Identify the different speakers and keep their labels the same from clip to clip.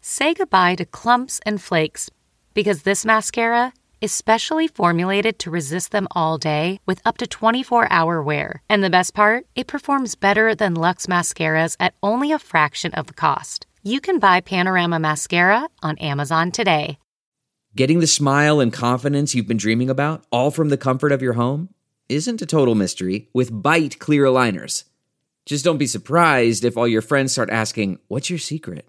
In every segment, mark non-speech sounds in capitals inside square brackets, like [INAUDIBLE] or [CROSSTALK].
Speaker 1: Say goodbye to clumps and flakes because this mascara is specially formulated to resist them all day with up to 24 hour wear. And the best part, it performs better than Luxe mascaras at only a fraction of the cost. You can buy Panorama Mascara on Amazon today.
Speaker 2: Getting the smile and confidence you've been dreaming about, all from the comfort of your home, isn't a total mystery with bite clear aligners. Just don't be surprised if all your friends start asking, What's your secret?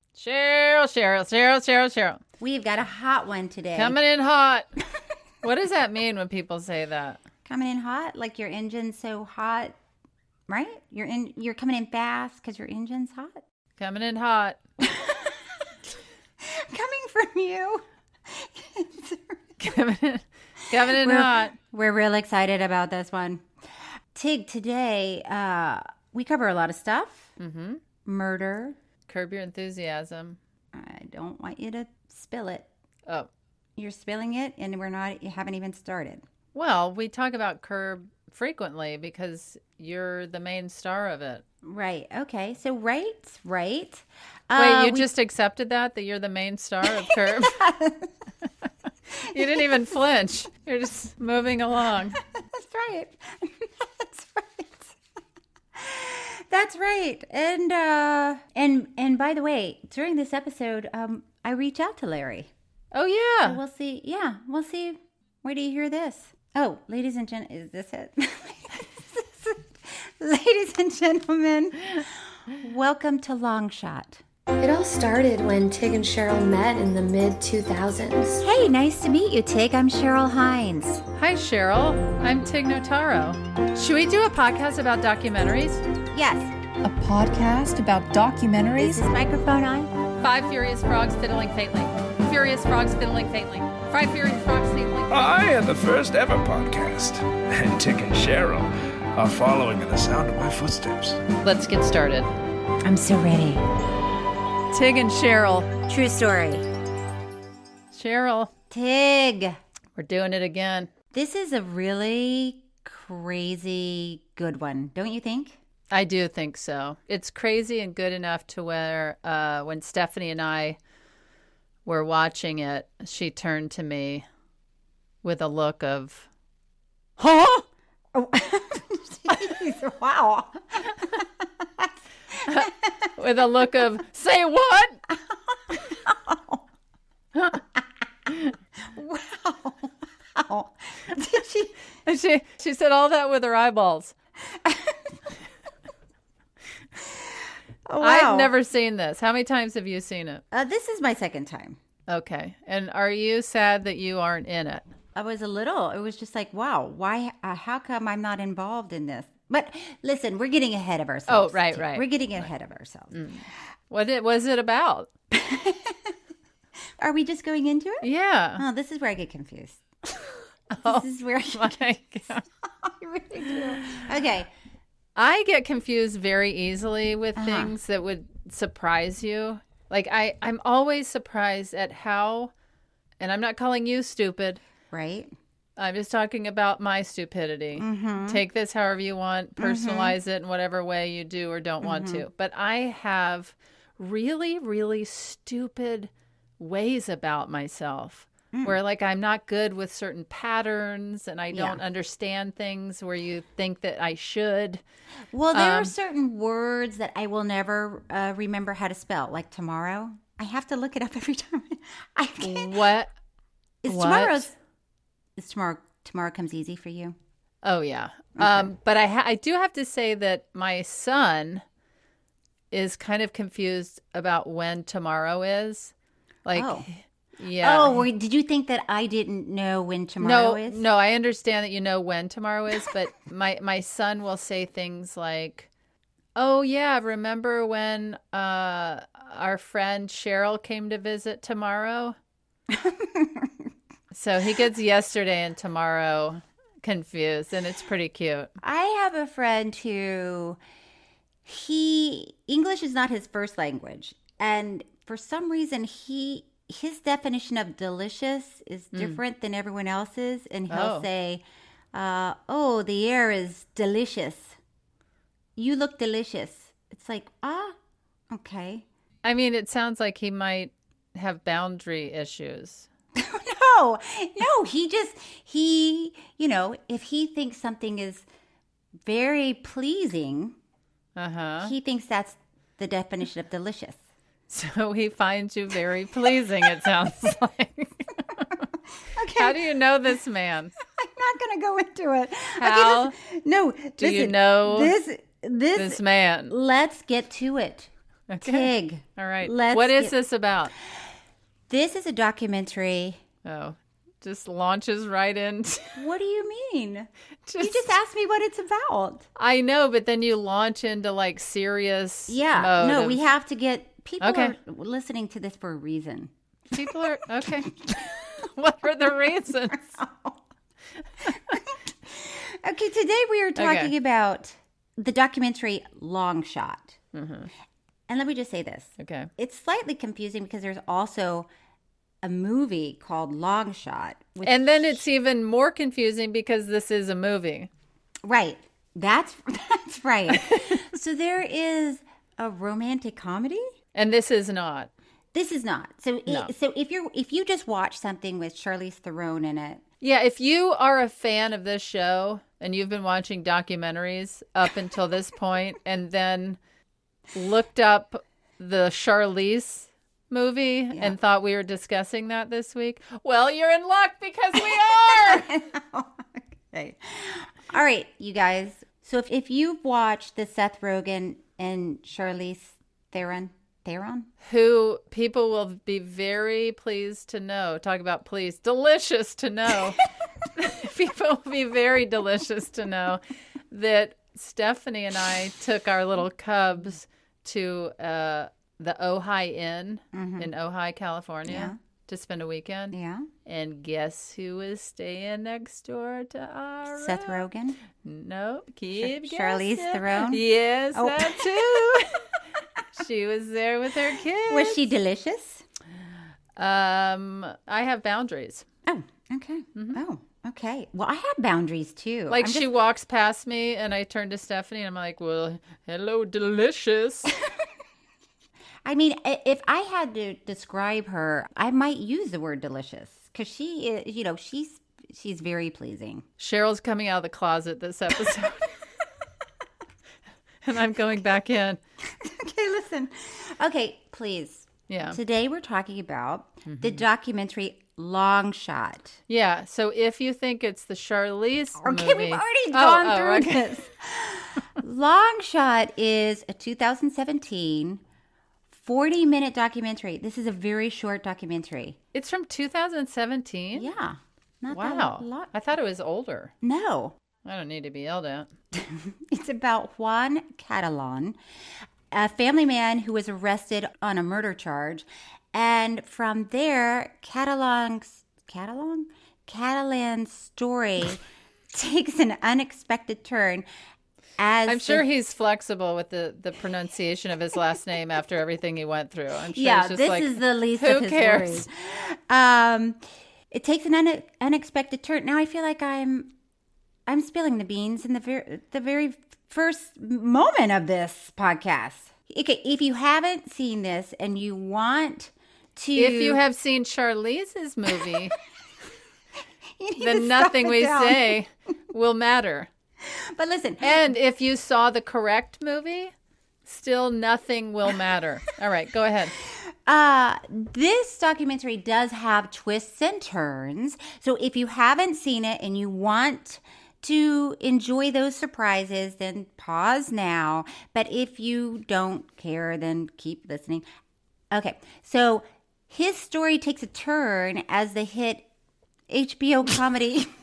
Speaker 3: Cheryl, Cheryl, Cheryl, Cheryl, Cheryl.
Speaker 4: We've got a hot one today.
Speaker 3: Coming
Speaker 4: [LAUGHS]
Speaker 3: in hot. what does that mean when people say that?
Speaker 4: Coming in hot, like your engine's so hot, right? You're in. You're coming in fast because your engine's hot. [LAUGHS]
Speaker 3: Coming in hot. [LAUGHS]
Speaker 4: Coming from you.
Speaker 3: Coming in, coming in
Speaker 4: we're,
Speaker 3: hot.
Speaker 4: We're real excited about this one. Tig, today uh, we cover a lot of stuff. Mm-hmm. Murder.
Speaker 3: Curb your enthusiasm.
Speaker 4: I don't want you to spill it.
Speaker 3: Oh,
Speaker 4: You're spilling it, and we're not. You haven't even started.
Speaker 3: well, we talk about curb frequently because you're the main star of it.
Speaker 4: Right. Okay. So right, right.
Speaker 3: Wait,
Speaker 4: Uh,
Speaker 3: you
Speaker 4: we-
Speaker 3: just accepted that that you're the main star
Speaker 4: [LAUGHS]
Speaker 3: of curb. you didn't even flinch. You're just moving along.
Speaker 4: That's right. [LAUGHS] That's right. That's right. And uh and and by the way, during this episode, um I reach out to Larry.
Speaker 3: Oh
Speaker 4: So
Speaker 3: yeah.
Speaker 4: we'll see. Yeah, we'll see. Where do you hear this? Oh, ladies and gen is this it? [LAUGHS] ladies and gentlemen, welcome to Long Shot.
Speaker 5: It all started when Tig and Cheryl met in the mid 2000s.
Speaker 4: Hey, nice to meet you, Tig. I'm Cheryl Hines.
Speaker 3: Hi Cheryl. I'm Tig Notaro. Should we do a podcast about documentaries?
Speaker 4: Yes.
Speaker 6: a podcast about documentaries
Speaker 4: Is this microphone on?
Speaker 3: Five furious frogs fiddling faintly. Furious frogs fiddling faintly. Five furious frogs fiddling.
Speaker 7: I am the first ever podcast, [LAUGHS] and Tick and Cheryl are following in the sound of my footsteps.
Speaker 3: Let's get started.
Speaker 4: I'm so ready.
Speaker 3: Tig and Cheryl.
Speaker 4: True story.
Speaker 3: Cheryl,
Speaker 4: Tig.
Speaker 3: we're doing it again.
Speaker 4: This is a really crazy good one, don't you think?
Speaker 3: I do think so. It's crazy and good enough to where uh, when Stephanie and I were watching it, she turned to me with a look of, huh?
Speaker 4: [LAUGHS] Jeez, wow.
Speaker 3: With a look of, [LAUGHS] say what? [LAUGHS]
Speaker 4: Wow. Did she?
Speaker 3: And she, she said all that with her eyeballs.
Speaker 4: Oh,
Speaker 3: I've never seen this. How many times have you seen it?
Speaker 4: Uh, this is my second time.
Speaker 3: Okay. And are you sad that you aren't in it?
Speaker 4: I was a little, it was just like, wow, why, uh, how come I'm not involved in this? But listen, we're getting ahead of ourselves.
Speaker 3: Oh, right,
Speaker 4: Tig.
Speaker 3: right, Mm.
Speaker 4: We're getting ahead of ourselves.
Speaker 3: What it was it about?
Speaker 4: Are we just going into it? [LAUGHS]
Speaker 3: Yeah.
Speaker 4: Oh, this is where I get
Speaker 3: [LAUGHS]
Speaker 4: confused. this is where I, get,
Speaker 3: My God.
Speaker 4: I really do. Okay.
Speaker 3: I get confused very easily with things that would surprise you. Like I I'm always surprised at how and I'm not calling you stupid.
Speaker 4: Right?
Speaker 3: I'm just talking about my stupidity. Take this however you want, personalize it in whatever way you do or don't want to. But I have really, really stupid ways about myself where, like, I'm not good with certain patterns and I don't understand things where you think that I should. Um,
Speaker 4: Well, there are certain words that I will never uh, remember how to spell, like tomorrow. I have to look it up [LAUGHS] every time. I can't.
Speaker 3: What?
Speaker 4: It's
Speaker 3: what?
Speaker 4: tomorrow's. It's tomorrow. Tomorrow comes easy for you.
Speaker 3: Oh yeah. Um, but I ha- I do have to say that my son is kind of confused about when tomorrow is. Like,
Speaker 4: Oh.
Speaker 3: yeah.
Speaker 4: Oh, well, did you think that I didn't know when tomorrow
Speaker 3: no,
Speaker 4: is?
Speaker 3: no. I understand that you know when tomorrow is, but [LAUGHS] my my son will say things like, "Oh yeah, remember when uh, our friend Cheryl came to
Speaker 4: [LAUGHS]
Speaker 3: visit tomorrow?" so he gets yesterday and tomorrow confused, and it's pretty cute.
Speaker 4: I have a friend who he English is not his first language, and for some reason he his definition of delicious is different than everyone else's, and he'll
Speaker 3: Oh.
Speaker 4: say, uh, "Oh, the air is delicious. You look delicious." It's like ah, okay. [LAUGHS]
Speaker 3: I mean, it sounds like he might have boundary issues.
Speaker 4: no, no, he just he you know if he thinks something is very pleasing
Speaker 3: Uh huh.
Speaker 4: [LAUGHS] He thinks that's the definition of delicious.
Speaker 3: So he finds you very pleasing,
Speaker 4: [LAUGHS]
Speaker 3: it sounds like.
Speaker 4: Okay,
Speaker 3: How do you know this man?
Speaker 4: [LAUGHS] I'm not going to go into it.
Speaker 3: How
Speaker 4: okay, this, no,
Speaker 3: do you
Speaker 4: listen,
Speaker 3: know
Speaker 4: this? This.
Speaker 3: This man.
Speaker 4: let's get to it.
Speaker 3: Okay.
Speaker 4: Tig.
Speaker 3: All right.
Speaker 4: Let's
Speaker 3: what is
Speaker 4: get-
Speaker 3: this about?
Speaker 4: This is a documentary.
Speaker 3: Oh, just launches right in. [LAUGHS] Just,
Speaker 4: What do you mean? You [LAUGHS] just asked me what it's about.
Speaker 3: I know, but then you launch into like serious.
Speaker 4: Yeah.
Speaker 3: mode
Speaker 4: no,
Speaker 3: of-
Speaker 4: we have to get people
Speaker 3: Okay.
Speaker 4: are listening to this for a reason.
Speaker 3: People are okay. [LAUGHS] what are the
Speaker 4: [LAUGHS]
Speaker 3: reasons?
Speaker 4: [LAUGHS] Okay, today we are talking about the documentary Long Shot. And let me just say this.
Speaker 3: Okay.
Speaker 4: It's slightly confusing because there's also a movie called Long Shot. Which,
Speaker 3: And then it's even more confusing because this is a movie.
Speaker 4: right, that's [LAUGHS] that's right.
Speaker 3: [LAUGHS]
Speaker 4: so there is a romantic comedy.
Speaker 3: And this is not.
Speaker 4: This is not. So i-
Speaker 3: No.
Speaker 4: so if you're if you just watch something with Charlize Theron in it,
Speaker 3: Yeah, if you are a fan of this show and you've been watching documentaries up until this point and then looked up the Charlize movie and thought we were discussing that this week, well, you're in luck because we are.
Speaker 4: [LAUGHS] okay. All right, you guys. So if, if you've watched the Seth Rogen and Charlize Theron Theron
Speaker 3: Who people will be very pleased to know. Talk about pleased, delicious
Speaker 4: [LAUGHS]
Speaker 3: to know. [LAUGHS] people will be very delicious to know that Stephanie and I took our little cubs to uh, the Ojai Inn in Ojai, California, to spend a weekend.
Speaker 4: Mm-hmm. yeah,
Speaker 3: And guess who is staying next door to our
Speaker 4: Seth Rogen.
Speaker 3: no, keep
Speaker 4: Charlize
Speaker 3: guessing.
Speaker 4: Theron?
Speaker 3: Yes,
Speaker 4: Oh. [LAUGHS]
Speaker 3: that too. she was there with her kids.
Speaker 4: Was she delicious?
Speaker 3: Um, I have boundaries.
Speaker 4: Oh, okay. Oh, okay. Well, I have boundaries too.
Speaker 3: Mm-hmm. Like
Speaker 4: I'm
Speaker 3: she walks past me, and I turn to Stephanie, and I'm like, "Well, hello,
Speaker 4: [LAUGHS]
Speaker 3: delicious."
Speaker 4: I mean, i- if I had to describe her, I might use the word delicious because she is, you know, she's she's very
Speaker 3: [LAUGHS]
Speaker 4: pleasing.
Speaker 3: Cheryl's coming out of the closet
Speaker 4: [LAUGHS]
Speaker 3: this episode, and I'm going back in.
Speaker 4: okay, listen. Okay, please.
Speaker 3: Yeah, Mm-hmm.
Speaker 4: Today we're talking about the documentary Long Shot.
Speaker 3: yeah. So if you think it's the Charlize
Speaker 4: Okay,
Speaker 3: movie,
Speaker 4: we've already
Speaker 3: Oh,
Speaker 4: gone
Speaker 3: oh,
Speaker 4: through
Speaker 3: okay.
Speaker 4: this. Long Shot is a 2017 40 minute documentary. This is a very short documentary.
Speaker 3: It's from 2017.
Speaker 4: Yeah. Not
Speaker 3: Wow.
Speaker 4: That long.
Speaker 3: I thought it was older.
Speaker 4: No.
Speaker 3: I don't need to be yelled at.
Speaker 4: It's about Juan Catalan, a family man who was arrested on a murder charge. And from there, Catalan's Catalan Catalan's
Speaker 3: [LAUGHS]
Speaker 4: story takes an unexpected turn as
Speaker 3: I'm sure
Speaker 4: the-
Speaker 3: he's flexible with the, the pronunciation of his last name after everything he went through. I'm sure
Speaker 4: yeah,
Speaker 3: he's just
Speaker 4: this
Speaker 3: like,
Speaker 4: is the least
Speaker 3: who
Speaker 4: of his
Speaker 3: cares?
Speaker 4: worries. Um, it takes an une- unexpected turn. Now I feel like I'm, I'm spilling the beans in the ver- the very first moment of this podcast. Okay, if you haven't seen this and you want to,
Speaker 3: If you have seen Charlize's movie,
Speaker 4: [LAUGHS] you need to
Speaker 3: then
Speaker 4: stop
Speaker 3: nothing
Speaker 4: it
Speaker 3: we
Speaker 4: down.
Speaker 3: say
Speaker 4: [LAUGHS]
Speaker 3: will matter.
Speaker 4: But listen,
Speaker 3: And if
Speaker 4: [LAUGHS]
Speaker 3: you saw the correct movie, still nothing will matter. All right, go ahead.
Speaker 4: Uh, this documentary does have twists and turns. So if you haven't seen it and you want to enjoy those surprises, then pause now. But if you don't care, then keep listening. Okay, so his story takes a turn as the hit HBO comedy [LAUGHS]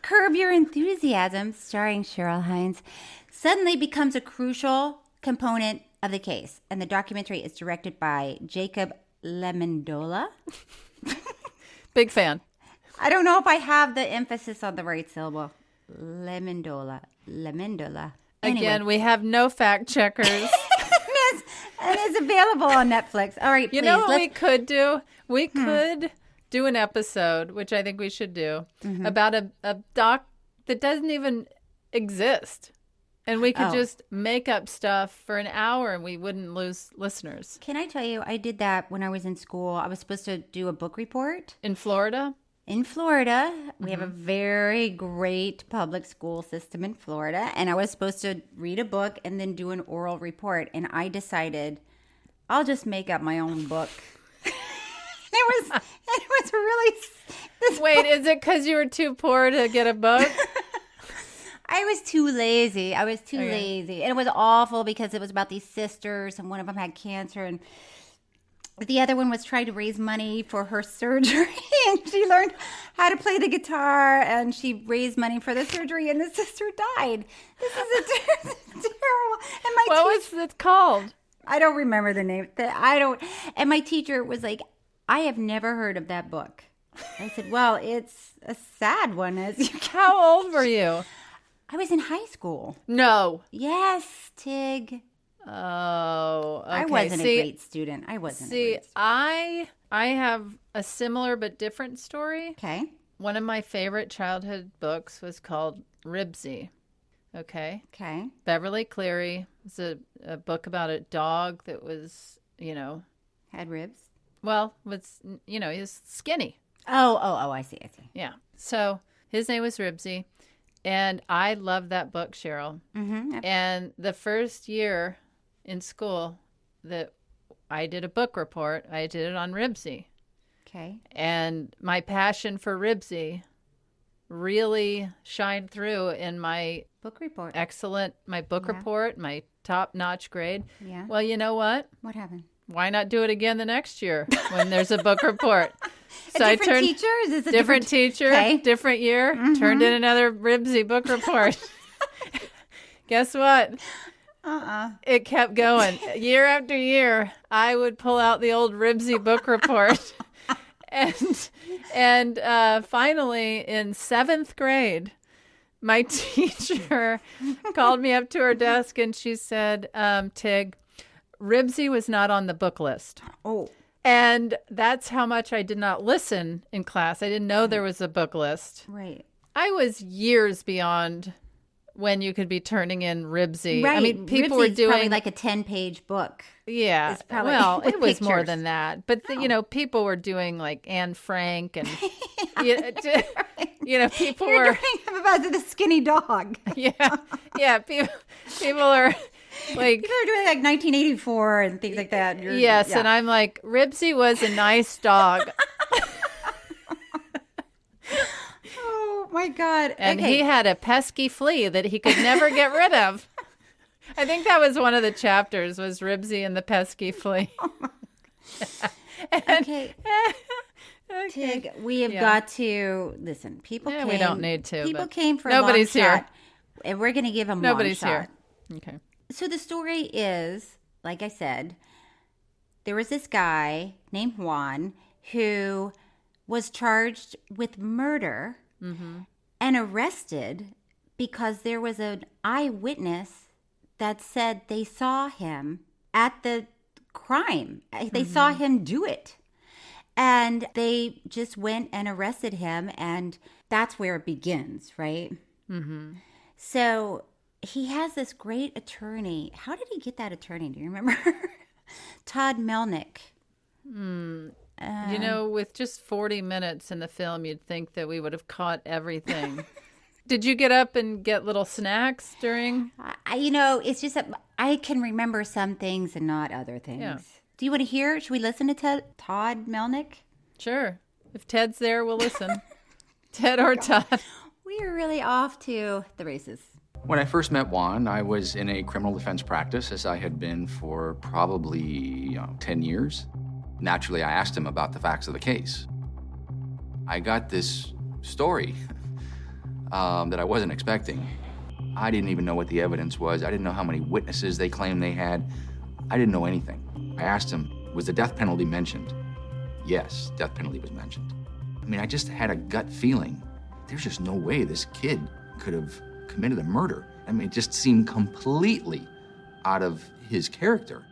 Speaker 4: Curb Your Enthusiasm, starring Cheryl Hines, suddenly becomes a crucial component of the case. And the documentary is directed by Jacob Lemondola.
Speaker 3: Big fan.
Speaker 4: I don't know if I have the emphasis on the right syllable. Lemondola. Lemondola. Anyway.
Speaker 3: Again, we have no fact
Speaker 4: [LAUGHS]
Speaker 3: checkers.
Speaker 4: and it's available on Netflix. All right,
Speaker 3: You
Speaker 4: please,
Speaker 3: know what
Speaker 4: let's- Hmm.
Speaker 3: we could do? We could do an episode, which I think we should do,
Speaker 4: Mm-hmm.
Speaker 3: about a, a doc that doesn't even exist. And we could
Speaker 4: Oh.
Speaker 3: just make up stuff for an hour and we wouldn't lose listeners.
Speaker 4: Can I tell you, I did that when I was in school. I was supposed to do a book report
Speaker 3: In Florida?
Speaker 4: in Florida. We have a very great public school system in Florida. And I was supposed to read a book and then do an oral report. And I decided I'll just make up my own book. [LAUGHS] it was, it was really, this
Speaker 3: Wait, is it because you were too poor to get
Speaker 4: [LAUGHS]
Speaker 3: a book?
Speaker 4: I was too lazy. I was too
Speaker 3: Oh,
Speaker 4: lazy. And it was awful because it was about these sisters, and one of them had cancer, and the other one was trying to raise money for her [LAUGHS] surgery. and she learned how to play the guitar, and she raised money for the surgery, and the [LAUGHS] sister died. This is a [LAUGHS] ter- terrible. And my
Speaker 3: what
Speaker 4: teacher-
Speaker 3: was it called?
Speaker 4: I don't remember the name. The- I don't. And my teacher was like, I have never heard of that book. I said, Well, it's a sad one. As you can.
Speaker 3: How old were you?
Speaker 4: I was in high school.
Speaker 3: No.
Speaker 4: Yes, Tig.
Speaker 3: Oh, okay.
Speaker 4: I wasn't
Speaker 3: See,
Speaker 4: a great student. I wasn't. a
Speaker 3: See,
Speaker 4: great
Speaker 3: I I have a similar but different story.
Speaker 4: student.
Speaker 3: One of my favorite childhood books was called Ribsy.
Speaker 4: Okay.
Speaker 3: Okay.
Speaker 4: Okay.
Speaker 3: Beverly Cleary. It's a, a book about a dog that was, you know,
Speaker 4: Had ribs.
Speaker 3: well, was, you know, he was skinny.
Speaker 4: Oh, oh, oh! I see. I see.
Speaker 3: Yeah. So his name was Ribsy. And I loved that book, Cheryl.
Speaker 4: Mm-hmm.
Speaker 3: And the first year in school that I did a book report, I did it on Ribsy.
Speaker 4: Okay.
Speaker 3: and my passion for Ribsy really shined through in my
Speaker 4: Book report.
Speaker 3: Uh, excellent my book report, my top notch grade.
Speaker 4: Yeah.
Speaker 3: Well, you know what?
Speaker 4: What happened?
Speaker 3: Why not do it again the next year when there's a
Speaker 4: [LAUGHS]
Speaker 3: book report? So
Speaker 4: a
Speaker 3: I
Speaker 4: different
Speaker 3: turned
Speaker 4: teacher? Is this a different,
Speaker 3: different teacher,
Speaker 4: Okay. Mm-hmm.
Speaker 3: different year, turned in another Ribsy book
Speaker 4: [LAUGHS]
Speaker 3: report. Guess what?
Speaker 4: Uh-uh.
Speaker 3: It kept going. year after year, I would pull out the old Ribsy
Speaker 4: [LAUGHS]
Speaker 3: book report. and and uh, finally, in seventh grade, my [LAUGHS] teacher called me up to her desk and she said, um, Tig, Ribsy was not on the book list.
Speaker 4: Oh.
Speaker 3: And that's how much I did not listen in class. I didn't know
Speaker 4: Hmm.
Speaker 3: there was a book list.
Speaker 4: Right.
Speaker 3: I was years beyond when you could be turning in Ribsy.
Speaker 4: Right.
Speaker 3: I mean, people were
Speaker 4: Ribsy's probably
Speaker 3: doing
Speaker 4: like a ten-page
Speaker 3: [LAUGHS]
Speaker 4: book.
Speaker 3: yeah.
Speaker 4: It's probably- [LAUGHS]
Speaker 3: well,
Speaker 4: with
Speaker 3: it was more
Speaker 4: pictures. Oh.
Speaker 3: than that. But, the, you know, people were doing like Anne
Speaker 4: [LAUGHS]
Speaker 3: Frank and, you, you know, people
Speaker 4: You're
Speaker 3: were,
Speaker 4: doing [LAUGHS] about the skinny dog.
Speaker 3: [LAUGHS] yeah, yeah, people, people are like,
Speaker 4: [LAUGHS] People are doing like 1984 and things like that. You're-
Speaker 3: yes.
Speaker 4: yeah.
Speaker 3: And I'm like, Ribsy was a nice dog.
Speaker 4: Oh my god.
Speaker 3: And
Speaker 4: okay.
Speaker 3: he had a pesky flea that he could never get rid of. I think that was one of the chapters was Ribsy and the
Speaker 4: [LAUGHS]
Speaker 3: pesky flea. [LAUGHS]
Speaker 4: okay. Tig, we have got to listen. People,
Speaker 3: Yeah,
Speaker 4: came,
Speaker 3: we don't need to,
Speaker 4: People
Speaker 3: but
Speaker 4: came for
Speaker 3: nobody's
Speaker 4: a long
Speaker 3: here.
Speaker 4: shot, and we're going to give them
Speaker 3: Nobody's
Speaker 4: long shot.
Speaker 3: here. Okay.
Speaker 4: So the story is, like I said, there was this guy named Juan who was charged with murder and arrested because there was an eyewitness that said they saw him at the crime. They saw him do it. And they just went and arrested him. And that's where it begins, right? So he has this great attorney. How did he get that attorney? Do you remember? [LAUGHS] Todd Melnick.
Speaker 3: You know,
Speaker 4: Um.
Speaker 3: with just 40 minutes in the film, you'd think that we would have caught everything. [LAUGHS] Did you get up and get little snacks during?
Speaker 4: I, I- you know, it's just that I can remember some things and not other things. Do you want to hear? Should we listen to Ted, Todd Melnick?
Speaker 3: Sure. If Ted's there,
Speaker 4: [LAUGHS]
Speaker 3: we'll
Speaker 4: Oh
Speaker 3: listen. Ted or Todd.
Speaker 4: We are really off to the races.
Speaker 8: When I first met Juan, I was in a criminal defense practice, as I had been for probably you know, 10 years. Naturally, I asked him about the facts of the case. I got this story [LAUGHS] um, that I wasn't expecting. I didn't even know what the evidence was. I didn't know how many witnesses they claimed they had. I didn't know anything. I asked him, was the death penalty mentioned? Yes, death penalty was mentioned. I mean, I just had a gut feeling. There's just no way this kid could have committed a murder. I mean, it just seemed completely out of his character.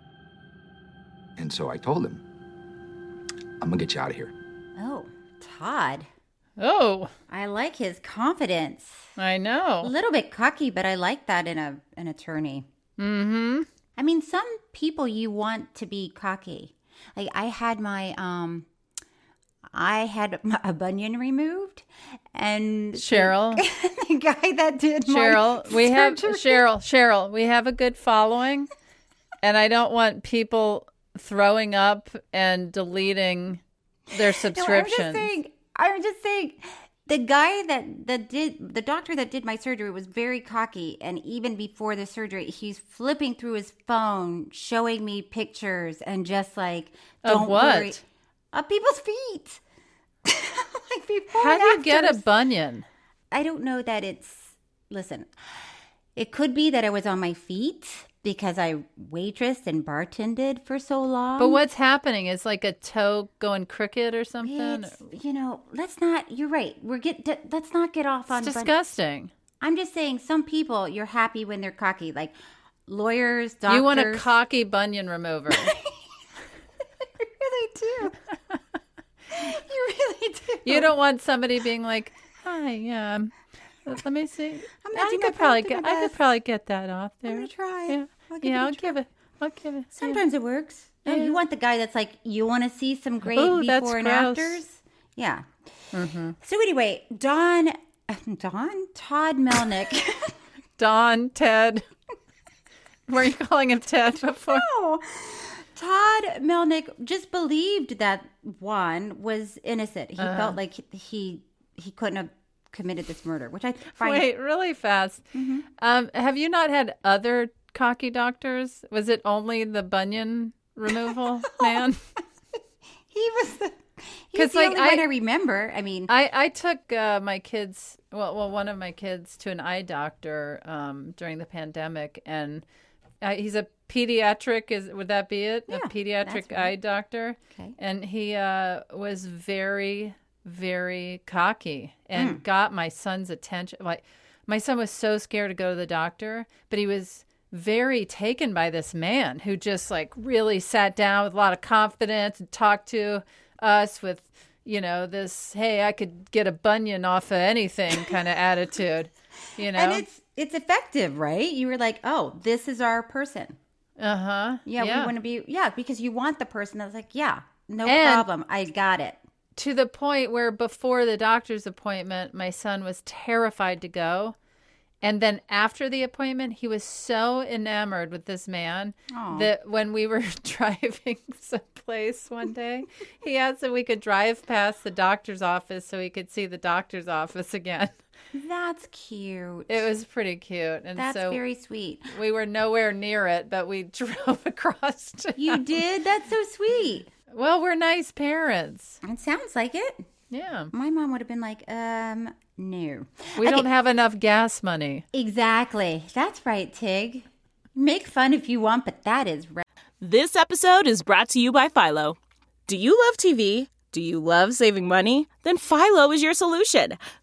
Speaker 8: And so I told him, I'm gonna get you out of here.
Speaker 4: Oh, Todd.
Speaker 3: Oh,
Speaker 4: I like his confidence.
Speaker 3: I
Speaker 4: A
Speaker 3: know.
Speaker 4: little bit cocky, but I like that in a an attorney.
Speaker 3: Mm-hmm.
Speaker 4: I mean, some people you want to be cocky. Like I had my um, I had [LAUGHS] my, a bunion removed, and
Speaker 3: Cheryl.
Speaker 4: [LAUGHS] the guy that did
Speaker 3: Cheryl,
Speaker 4: my [LAUGHS]
Speaker 3: we have
Speaker 4: surgery-
Speaker 3: Cheryl, Cheryl, we have a good following, and I don't want people throwing up and deleting their
Speaker 4: No, I'm just
Speaker 3: subscriptions.
Speaker 4: saying. I'm just saying. The guy that that did the doctor that did my surgery was very cocky, and even before the surgery, he's flipping through his phone, showing me pictures, and just like
Speaker 3: Of
Speaker 4: don't
Speaker 3: what?
Speaker 4: worry, of people's feet. [LAUGHS] like before
Speaker 3: How
Speaker 4: and
Speaker 3: do you get a
Speaker 4: afters.
Speaker 3: bunion?
Speaker 4: I don't know that it's. Listen, it could be that I was on my feet because I waitressed and bartended for so long.
Speaker 3: But what's happening is like a toe going crooked or something.
Speaker 4: It's, you know, let's not. You're right. We're get. d- Let's not get off on.
Speaker 3: It's
Speaker 4: bun-
Speaker 3: disgusting.
Speaker 4: I'm just saying, some people you're happy when they're cocky, like lawyers, doctors.
Speaker 3: You want a cocky bunion remover.
Speaker 4: [LAUGHS] you really
Speaker 3: [LAUGHS]
Speaker 4: do. you really do.
Speaker 3: you don't want somebody being like, "Hi, yeah, um, let let me see.
Speaker 4: I'm gonna
Speaker 3: I
Speaker 4: do my
Speaker 3: could probably
Speaker 4: best, do
Speaker 3: get.
Speaker 4: my
Speaker 3: I could
Speaker 4: best.
Speaker 3: probably get that off there.
Speaker 4: I'm gonna try.
Speaker 3: Yeah,
Speaker 4: I'll give it
Speaker 3: yeah,
Speaker 4: a
Speaker 3: I'll
Speaker 4: try."
Speaker 3: give it. I'll give it. yeah.
Speaker 4: Sometimes it works. No,
Speaker 3: Yeah.
Speaker 4: you want the guy that's like, you want to see some great
Speaker 3: Ooh, that's
Speaker 4: before and
Speaker 3: gross. Mm-hmm.
Speaker 4: afters. Yeah. So anyway, Don, [LAUGHS] Don Todd Melnick. [LAUGHS]
Speaker 3: Don, Ted. [LAUGHS] Were you calling him Ted before?
Speaker 4: [LAUGHS] no. [LAUGHS] Todd Melnick just believed that Juan was innocent. He
Speaker 3: Uh-huh.
Speaker 4: felt like he, he he couldn't have committed this murder, which I find
Speaker 3: Wait, really fast.
Speaker 4: Mm-hmm.
Speaker 3: Um, have you not had other cocky doctors? Was it only the bunion
Speaker 4: [LAUGHS]
Speaker 3: removal man?
Speaker 4: he was the he's
Speaker 3: 'Cause,
Speaker 4: the
Speaker 3: like,
Speaker 4: only one
Speaker 3: I-
Speaker 4: I remember. I mean,
Speaker 3: I, I took uh, my kids, well, well, one of my kids to an eye doctor um, during the pandemic, and uh, he's a pediatric. Is would that be it? a
Speaker 4: Yeah,
Speaker 3: pediatric
Speaker 4: that's right.
Speaker 3: eye doctor.
Speaker 4: Okay.
Speaker 3: And he uh, was very, very cocky and
Speaker 4: Hmm.
Speaker 3: got my son's attention. Like my son was so scared to go to the doctor, but he was very taken by this man who just like really sat down with a lot of confidence and talked to us with you know this hey i could get a bunion off of anything
Speaker 4: [LAUGHS]
Speaker 3: kind of attitude you know
Speaker 4: and it's it's effective, right? You were like, oh, this is our person.
Speaker 3: uh-huh
Speaker 4: Yeah, we want to be yeah because you want the person that's like yeah no
Speaker 3: And-
Speaker 4: problem I got it.
Speaker 3: to the point where before the doctor's appointment, my son was terrified to go. And then after the appointment, he was so enamored with this man that when we were [LAUGHS] driving someplace one day, he asked if we could drive past the doctor's office so he could see the doctor's office again.
Speaker 4: That's cute.
Speaker 3: It was pretty cute. And
Speaker 4: that's
Speaker 3: so
Speaker 4: very
Speaker 3: [LAUGHS]
Speaker 4: sweet.
Speaker 3: we were nowhere near it, but we [LAUGHS] drove across. town.
Speaker 4: You did. That's so sweet.
Speaker 3: Well, we're nice parents.
Speaker 4: It sounds like it.
Speaker 3: Yeah.
Speaker 4: My mom would have been like, um, no.
Speaker 3: We don't have enough gas money.
Speaker 4: Exactly. That's right, Tig. Make fun if you want, but that is right.
Speaker 9: This episode is brought to you by Philo. Do you love TV? Do you love saving money? Then Philo is your solution.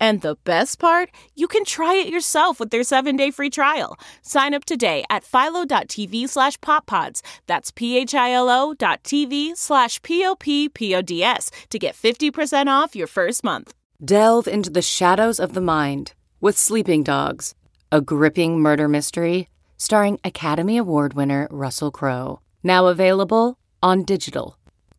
Speaker 9: And the best part, you can try it yourself with their 7-day free trial. Sign up today at philo.tv slash poppods. That's p-h-i-l-o dot tv
Speaker 10: slash POPPODS to get 50% off your first month.
Speaker 1: Delve into the shadows of the mind with Sleeping Dogs, a gripping murder mystery starring Academy Award winner Russell Crowe. Now available on digital.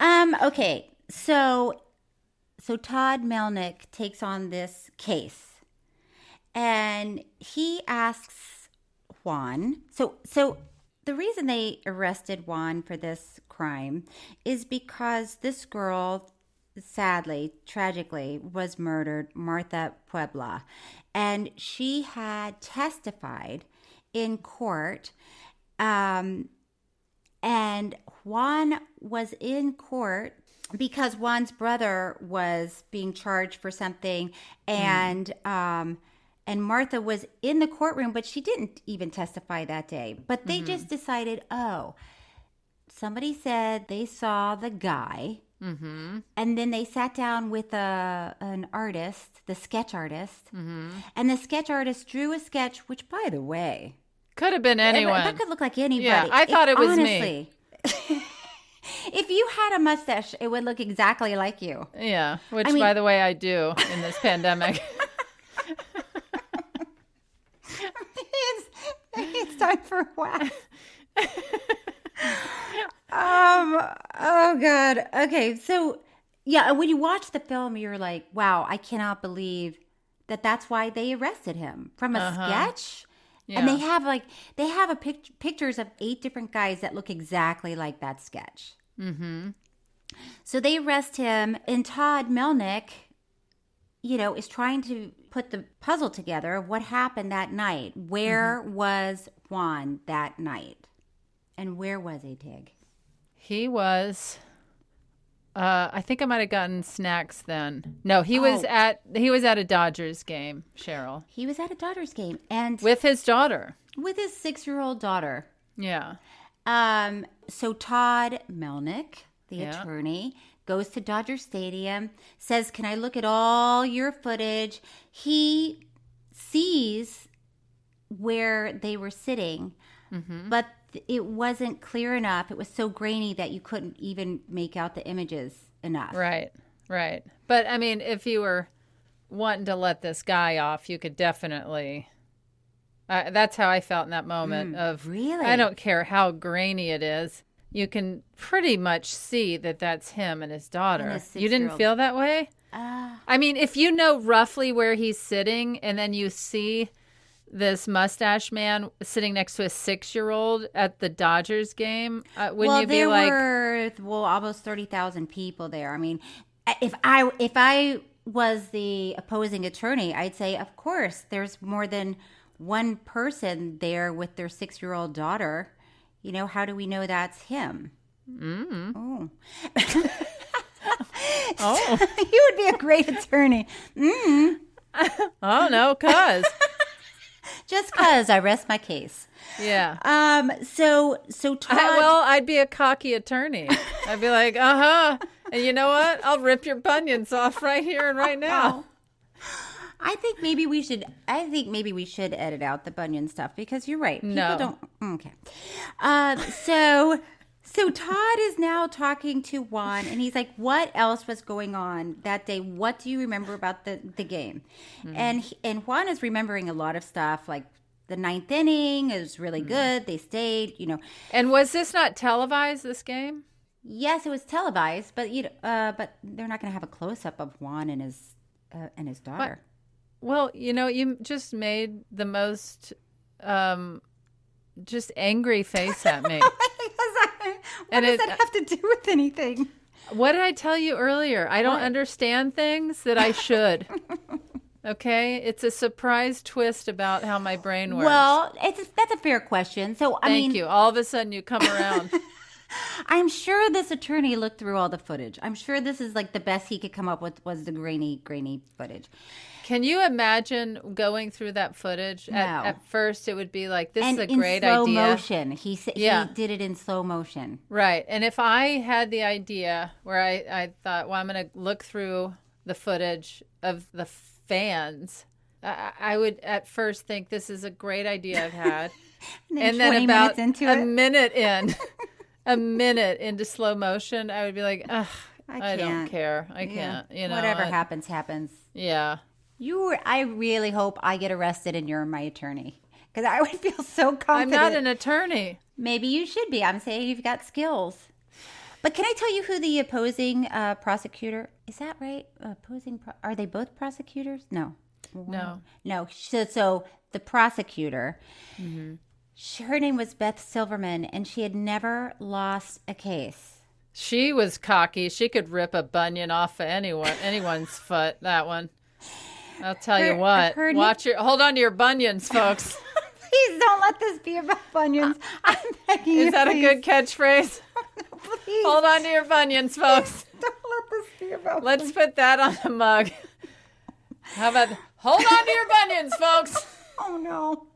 Speaker 4: Um, okay. So so Todd Melnick takes on this case. And he asks Juan. So so the reason they arrested Juan for this crime is because this girl sadly, tragically, was murdered, Martha Puebla. And she had testified in court. Um, and Juan was in court because Juan's brother was being charged for something. And. Mm. Um, and Martha was in the courtroom, but she didn't even testify that day. But they mm-hmm. just decided, oh, somebody said they saw the guy Mm-hmm. And then they sat down with a an artist, the sketch artist, mm-hmm. and the sketch artist drew a sketch, which, by the way,
Speaker 3: could have been anyone. It,
Speaker 4: that could look like anybody.
Speaker 3: Yeah, I thought it, it was
Speaker 4: honestly, [LAUGHS] me. if you had a mustache, it would look exactly like you.
Speaker 3: Yeah, which, I mean, by the way, I do in this [LAUGHS] pandemic.
Speaker 4: it's, it's time for [LAUGHS] what? um oh god okay so yeah when you watch the film you're like wow i cannot believe that that's why they arrested him from a uh-huh. sketch yeah. and they have like they have a pic- pictures of eight different guys that look exactly like that sketch mm-hmm. so they arrest him and todd melnick you know is trying to put the puzzle together of what happened that night where mm-hmm. was juan that night and where was he, Tig?
Speaker 3: He was. Uh, I think I might have gotten snacks then. No, he oh. was at he was at a Dodgers game, Cheryl.
Speaker 4: He was at a Dodgers game and
Speaker 3: with his daughter,
Speaker 4: with his six year old daughter.
Speaker 3: Yeah.
Speaker 4: Um. So Todd Melnick, the yeah. attorney, goes to Dodger Stadium. Says, "Can I look at all your footage?" He sees where they were sitting, mm-hmm. but it wasn't clear enough. It was so grainy that you couldn't even make out the images enough.
Speaker 3: Right, right. But I mean, if you were wanting to let this guy off, you could definitely. Uh, that's how I felt in that moment. Mm, of
Speaker 4: really,
Speaker 3: I don't care how grainy it is. You can pretty much see that that's him and his daughter. And you didn't feel that way. Uh, I mean, if you know roughly where he's sitting, and then you see this mustache man sitting next to a six-year-old at the Dodgers game? Uh, wouldn't
Speaker 4: well,
Speaker 3: you
Speaker 4: be
Speaker 3: like,
Speaker 4: were, well, almost thirty thousand people there. I mean, if I if I was the opposing attorney, I'd say, of course, there's more than one person there with their six-year-old daughter. You know, how do we know that's him?
Speaker 3: Mm. [LAUGHS]
Speaker 4: Oh. oh, [LAUGHS] you would be a great attorney. Mm.
Speaker 3: oh no, cause
Speaker 4: just cause I rest my case.
Speaker 3: Yeah.
Speaker 4: Um. So so Todd.
Speaker 3: I, well, I'd be a cocky attorney. I'd be like, uh huh. And you know what? I'll rip your bunions off right here and right now.
Speaker 4: I think maybe we should. I think maybe we should edit out the bunion stuff because you're right. People
Speaker 3: no.
Speaker 4: don't. Okay. Um. So. So Todd is now talking to Juan and he's like, "What else was going on that day? What do you remember about the the game?" Mm-hmm. And he, and Juan is remembering a lot of stuff like the ninth inning is really mm-hmm. good. They stayed, you know.
Speaker 3: And was this not televised this game?
Speaker 4: Yes, it was televised, but you know, uh, but they're not going to have a close up of Juan and his uh, and his daughter.
Speaker 3: Well, you know, you just made the most um, just angry face
Speaker 4: [LAUGHS]
Speaker 3: at me.
Speaker 4: what does that have to do with anything?
Speaker 3: What did I tell you earlier? I don't understand things that I
Speaker 4: [LAUGHS]
Speaker 3: should. okay? It's a surprise twist about how my brain works.
Speaker 4: Well, it's that's a fair question. So I
Speaker 3: Thank
Speaker 4: mean,
Speaker 3: you. All of a sudden you come around.
Speaker 4: I'm sure this attorney looked through all the footage. I'm sure this is like the best he could come up with was the grainy, grainy footage.
Speaker 3: Can you imagine going through that footage? At,
Speaker 4: No.
Speaker 3: at first, it would be like, this
Speaker 4: and
Speaker 3: is a great
Speaker 4: in slow
Speaker 3: idea.
Speaker 4: motion. He s-
Speaker 3: Yeah.
Speaker 4: he did it in slow motion.
Speaker 3: Right. And if I had the idea where I, I thought, well, I'm going to look through the footage of the fans, I, I would at first think this is a great
Speaker 4: [LAUGHS]
Speaker 3: idea I've had.
Speaker 4: And then 20
Speaker 3: about
Speaker 4: minutes into
Speaker 3: a
Speaker 4: it.
Speaker 3: minute
Speaker 4: [LAUGHS]
Speaker 3: in, a minute into slow motion, I would be like, Ugh, I, don't
Speaker 4: can't.
Speaker 3: care. I
Speaker 4: Yeah.
Speaker 3: can't. You know,
Speaker 4: whatever
Speaker 3: I-
Speaker 4: happens, happens.
Speaker 3: Yeah.
Speaker 4: You, were, I really hope I get arrested and you're my attorney because I would feel so
Speaker 3: I'm
Speaker 4: confident.
Speaker 3: not an attorney.
Speaker 4: Maybe you should be. I'm saying you've got skills. But can I tell you who the opposing uh, prosecutor is? That right? Opposing? Pro- are they both prosecutors? No.
Speaker 3: No.
Speaker 4: No. So, so the prosecutor,
Speaker 3: Mm-hmm.
Speaker 4: she- her name was Beth Silverman, and she had never lost a case. [LAUGHS]
Speaker 3: She was cocky. She could rip a bunion off of anyone
Speaker 4: [LAUGHS]
Speaker 3: anyone's foot. That one. I'll tell you
Speaker 4: Her-
Speaker 3: what.
Speaker 4: her nick-
Speaker 3: Watch your hold on to
Speaker 4: [LAUGHS]
Speaker 3: your bunions, folks.
Speaker 4: Please don't let this be about
Speaker 3: [LAUGHS]
Speaker 4: bunions. I'm begging you.
Speaker 3: Is that a
Speaker 4: please.
Speaker 3: good catchphrase?
Speaker 4: [LAUGHS] Please
Speaker 3: Hold on to your bunions, folks.
Speaker 4: don't let this be about.
Speaker 3: Let's put that on a mug. How about hold on to your bunions, folks?
Speaker 4: Oh no.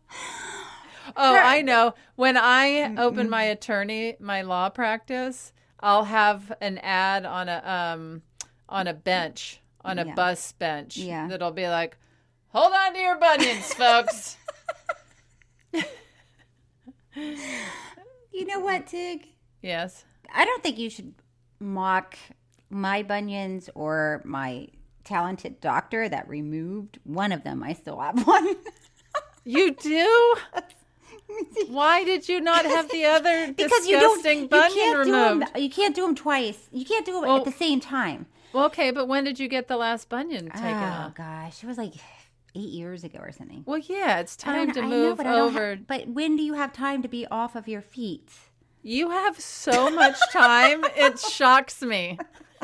Speaker 3: Oh, I know. When I
Speaker 4: Mm-hmm.
Speaker 3: open my attorney, my law practice, I'll have an ad on a um on a bench, on a
Speaker 4: Yeah.
Speaker 3: bus bench.
Speaker 4: Yeah.
Speaker 3: That'll be like, Hold on to your bunions,
Speaker 4: [LAUGHS]
Speaker 3: folks.
Speaker 4: You know what, Tig?
Speaker 3: yes.
Speaker 4: I don't think you should mock my bunions or my talented doctor that removed one of them. I still have [LAUGHS] one. [LAUGHS]
Speaker 3: You do? Why did you not have the
Speaker 4: [LAUGHS]
Speaker 3: other
Speaker 4: because you don't
Speaker 3: disgusting
Speaker 4: you
Speaker 3: bunion
Speaker 4: can't do
Speaker 3: removed?
Speaker 4: them you can't do them twice. You can't do them
Speaker 3: Well-
Speaker 4: at the same time.
Speaker 3: Well, okay, but when did you get the last bunion taken
Speaker 4: Oh
Speaker 3: off?
Speaker 4: gosh, it was like 8 years ago or something.
Speaker 3: Well, yeah, it's
Speaker 4: I
Speaker 3: time
Speaker 4: don't-
Speaker 3: to
Speaker 4: I know,
Speaker 3: move
Speaker 4: but I don't ha-
Speaker 3: over.
Speaker 4: but when do you have time to be off of your feet?
Speaker 3: You have so
Speaker 4: [LAUGHS]
Speaker 3: much time, it shocks me.
Speaker 4: [LAUGHS]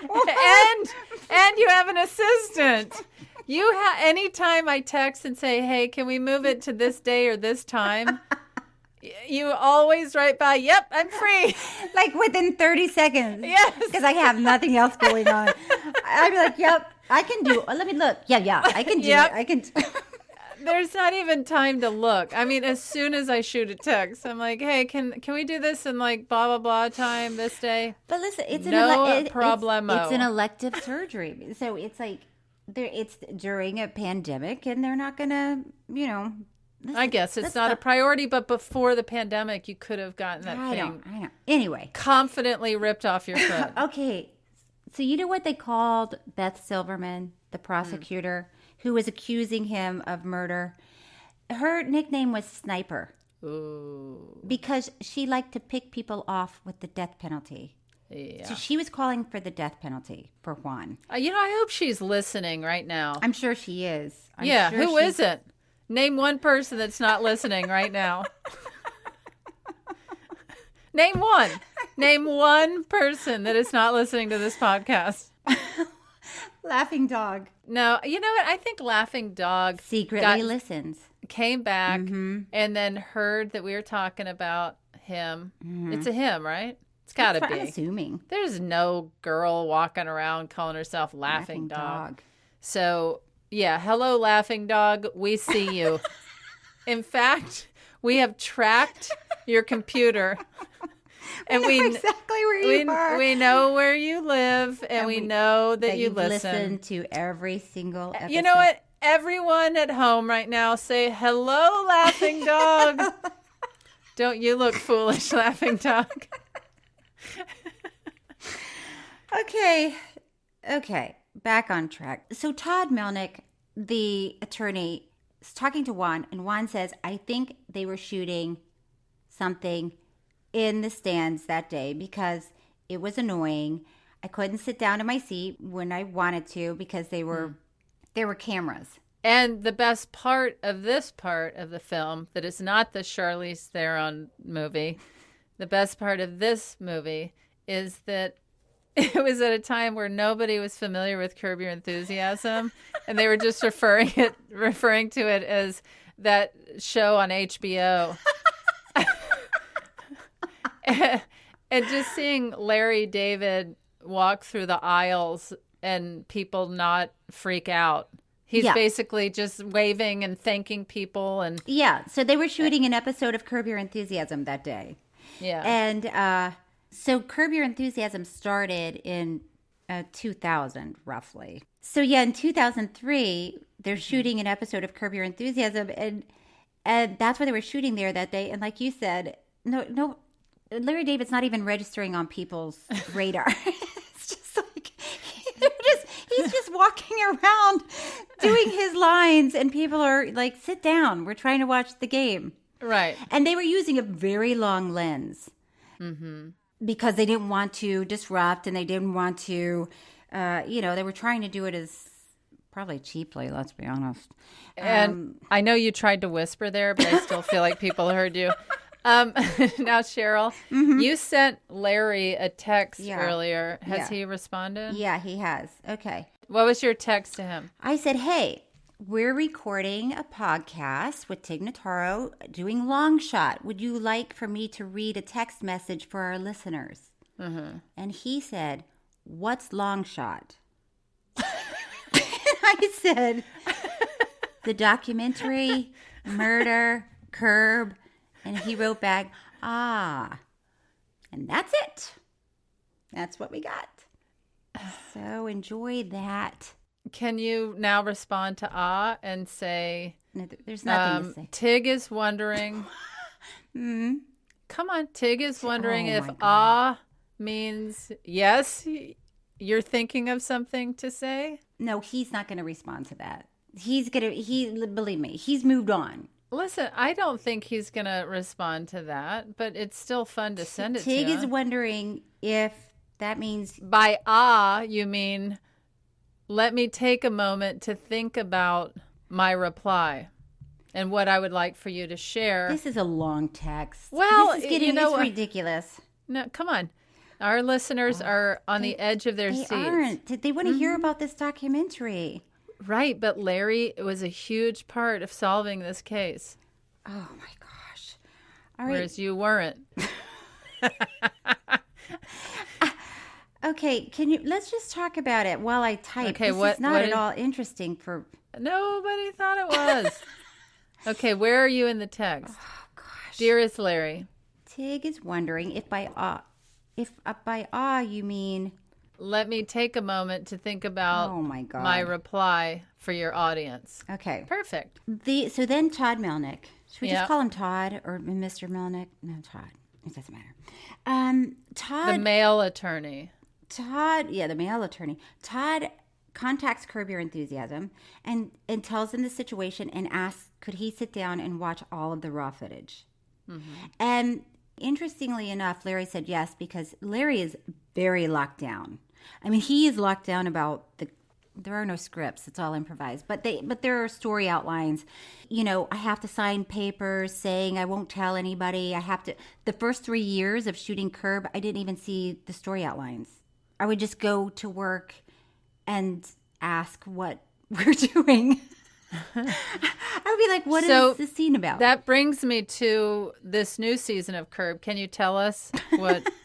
Speaker 3: and and you have an assistant. You ha- anytime I text and say, "Hey, can we move it to this day or
Speaker 4: [LAUGHS]
Speaker 3: this time?" y- you always write by, "Yep, I'm free." [LAUGHS]
Speaker 4: Like within 30 seconds.
Speaker 3: Yes.
Speaker 4: Because I have nothing else going
Speaker 3: [LAUGHS]
Speaker 4: on. I'd be like, yep, I can do Let me look. Yeah, yeah, I can do
Speaker 3: Yep.
Speaker 4: it. I can. do- [LAUGHS]
Speaker 3: There's not even time to look. I mean, as soon as I shoot a text, I'm like, "Hey, can can we do this in like blah blah blah time this day?"
Speaker 4: But listen, it's
Speaker 3: No
Speaker 4: an ele- it- it's-
Speaker 3: problemo.
Speaker 4: It's, an elective surgery, so it's like there. It's during a pandemic, and they're not gonna, you know. this-
Speaker 3: I guess it's
Speaker 4: this
Speaker 3: not a
Speaker 4: stuff-
Speaker 3: priority, but before the pandemic, you could have gotten that
Speaker 4: I
Speaker 3: thing
Speaker 4: don't. I don't. Anyway,
Speaker 3: confidently ripped off your
Speaker 4: [LAUGHS]
Speaker 3: foot.
Speaker 4: okay. So you know what they called Beth Silverman, the
Speaker 3: Hmm.
Speaker 4: prosecutor who was accusing him of murder. Her nickname was Sniper
Speaker 3: Ooh.
Speaker 4: because she liked to pick people off with the death penalty.
Speaker 3: Yeah.
Speaker 4: So she was calling for the death penalty for Juan.
Speaker 3: Uh, You know, I hope she's listening right now.
Speaker 4: I'm sure she is. I'm
Speaker 3: yeah,
Speaker 4: sure
Speaker 3: who
Speaker 4: she's-
Speaker 3: is it? Name one person that's not listening
Speaker 4: [LAUGHS]
Speaker 3: right now. Name one. Name one person that is not listening to this podcast.
Speaker 4: Laughing dog.
Speaker 3: No, you know what? I think Laughing Dog
Speaker 4: Secretly Mm-hmm.
Speaker 3: got-
Speaker 4: listens.
Speaker 3: came back and then heard that we were talking about him. It's a him, right? It's got to
Speaker 4: Mm-hmm. That's what I'm
Speaker 3: be.
Speaker 4: assuming.
Speaker 3: There's no girl walking around calling herself Laughing, dog. So, yeah, hello, laughing dog. We see you.
Speaker 4: [LAUGHS]
Speaker 3: In fact, we have tracked
Speaker 4: [LAUGHS]
Speaker 3: your computer. And we,
Speaker 4: know exactly where
Speaker 3: we,
Speaker 4: you are.
Speaker 3: we know where you live and, we,
Speaker 4: we-
Speaker 3: know that,
Speaker 4: that
Speaker 3: you
Speaker 4: you've
Speaker 3: listen.
Speaker 4: listened to every single episode.
Speaker 3: You know what? Everyone at home right now say hello,
Speaker 4: [LAUGHS]
Speaker 3: laughing dog. Don't you look foolish, laughing dog.
Speaker 4: Okay. Okay. Back on track. So Todd Melnick, the attorney, is talking to Juan, and Juan says, I think they were shooting something in the stands that day because it was annoying. I couldn't sit down in my seat when I wanted to because they were
Speaker 3: Hmm.
Speaker 4: there were cameras.
Speaker 3: And the best part of this part of the film that is not the Charlize Theron movie, the best part of this movie is that [LAUGHS] it was at a time where nobody was familiar with Curb Your Enthusiasm, and they were just referring it [LAUGHS] referring to it as that show on HBO. and, [LAUGHS] and just seeing Larry David walk through the aisles and people not freak out. He's
Speaker 4: Yeah.
Speaker 3: basically just waving and thanking people and
Speaker 4: Yeah, so they were shooting an episode of Curb Your Enthusiasm that day.
Speaker 3: yeah.
Speaker 4: And uh, so Curb Your Enthusiasm started in uh, 2000, roughly. So, yeah, in 2003, they're shooting an episode of Curb Your Enthusiasm, and and that's why they were shooting there that day. And like you said, no, no, Larry David's not even registering on people's radar. [LAUGHS] it's just like they're just he's just walking around doing his lines, and people are like, "Sit down, we're trying to watch the game."
Speaker 3: right.
Speaker 4: And they were using a very long lens because they didn't want to disrupt and they didn't want to, uh, you know, they were trying to do it as probably cheaply, let's be honest.
Speaker 3: And
Speaker 4: Um,
Speaker 3: I know you tried to whisper there, but I still feel like people heard you. Um, [LAUGHS] now, Cheryl, you sent Larry a text
Speaker 4: Mm-hmm. Yeah.
Speaker 3: earlier. Has
Speaker 4: Yeah.
Speaker 3: he responded?
Speaker 4: Yeah, he has. Okay.
Speaker 3: What was your text to him?
Speaker 4: I said, hey, we're recording a podcast with Tig Notaro doing long shot. Would you like for me to read a text message for our listeners? And he said, what's long shot? [LAUGHS] I said, the documentary, murder, curb. And he wrote back, ah. And that's it. That's what we got. So enjoy that.
Speaker 3: Can you now respond to Ah and say,
Speaker 4: No, th- There's nothing
Speaker 3: um,
Speaker 4: to say.
Speaker 3: Tig is wondering.
Speaker 4: Mm.
Speaker 3: Come on, Tig is wondering
Speaker 4: Oh,
Speaker 3: if
Speaker 4: my God.
Speaker 3: Ah means yes, y- you're thinking of something to say.
Speaker 4: No, he's not going to respond to that. He's going to, he, believe me, he's moved on.
Speaker 3: Listen, I don't think he's going to respond to that, but it's still fun to send it
Speaker 4: Tig
Speaker 3: to
Speaker 4: is
Speaker 3: him.
Speaker 4: wondering if that means,
Speaker 3: By ah, you mean let me take a moment to think about my reply and what I would like for you to share.
Speaker 4: this is a long text.
Speaker 3: Well,
Speaker 4: this
Speaker 3: you
Speaker 4: is getting,
Speaker 3: know,
Speaker 4: it's
Speaker 3: uh,
Speaker 4: ridiculous.
Speaker 3: No, come on. Our listeners are on the edge of their
Speaker 4: Oh, They
Speaker 3: seats. Mm-hmm.
Speaker 4: aren't. Did They want to hear about this documentary.
Speaker 3: Right, but Larry was a huge part of solving this case,
Speaker 4: Oh my gosh. All right.
Speaker 3: whereas you weren't.
Speaker 4: Okay, can you let's just talk about it while I type.
Speaker 3: Okay,
Speaker 4: this is
Speaker 3: what-
Speaker 4: not
Speaker 3: what
Speaker 4: at
Speaker 3: is-
Speaker 4: all interesting for
Speaker 3: Nobody thought
Speaker 4: [LAUGHS]
Speaker 3: it was. okay, where are you in the text?
Speaker 4: Oh,
Speaker 3: Dearest Larry,
Speaker 4: Tig is wondering if by awe if uh, by awe you mean
Speaker 3: let me take a moment to think about
Speaker 4: Oh my god.
Speaker 3: my reply for your audience.
Speaker 4: okay.
Speaker 3: Perfect.
Speaker 4: The so then Todd Melnick. Should we
Speaker 3: Yeah.
Speaker 4: just call him Todd or Mr. Melnick? No, Todd. It doesn't matter. Um,
Speaker 3: The
Speaker 4: Todd.
Speaker 3: male attorney.
Speaker 4: Todd. Yeah, the male attorney. Todd contacts Curb Your Enthusiasm and and tells them the situation and asks, could he sit down and watch all of the raw footage? And interestingly enough, Larry said yes because Larry is very locked down. I mean, he is locked down about the. There are no scripts; it's all improvised. But they, but there are story outlines. You know, I have to sign papers saying I won't tell anybody. I have to. The first three years of shooting Curb, I didn't even see the story outlines. I would just go to work and ask what [LAUGHS] we're doing. [LAUGHS] I would be like, "What is
Speaker 3: So,
Speaker 4: this scene about?"
Speaker 3: That brings me to this new season of Curb. Can you tell us what?
Speaker 4: [LAUGHS]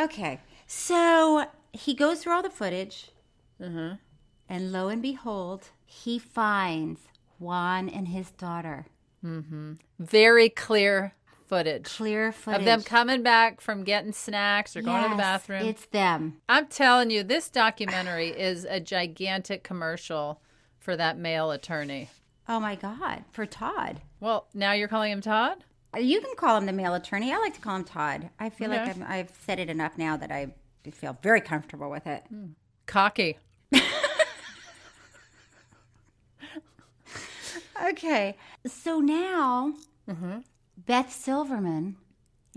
Speaker 4: Okay. So he goes through all the footage, mm-hmm, and lo and behold, he finds Juan and his daughter.
Speaker 3: Very clear footage,
Speaker 4: Clear footage
Speaker 3: of them coming back from getting snacks or going to the
Speaker 4: Yes,
Speaker 3: bathroom.
Speaker 4: It's them.
Speaker 3: I'm telling you, this documentary is a gigantic commercial for that male attorney.
Speaker 4: Oh my God, for Todd.
Speaker 3: Well, now you're calling him Todd?
Speaker 4: Uh, You can call him the male attorney. I like to call him Todd. I feel
Speaker 3: Okay.
Speaker 4: like I'm, I've said it enough now that I feel very comfortable with it.
Speaker 3: Mm. Cocky.
Speaker 4: Okay. So now,
Speaker 3: Mm-hmm.
Speaker 4: Beth Silverman,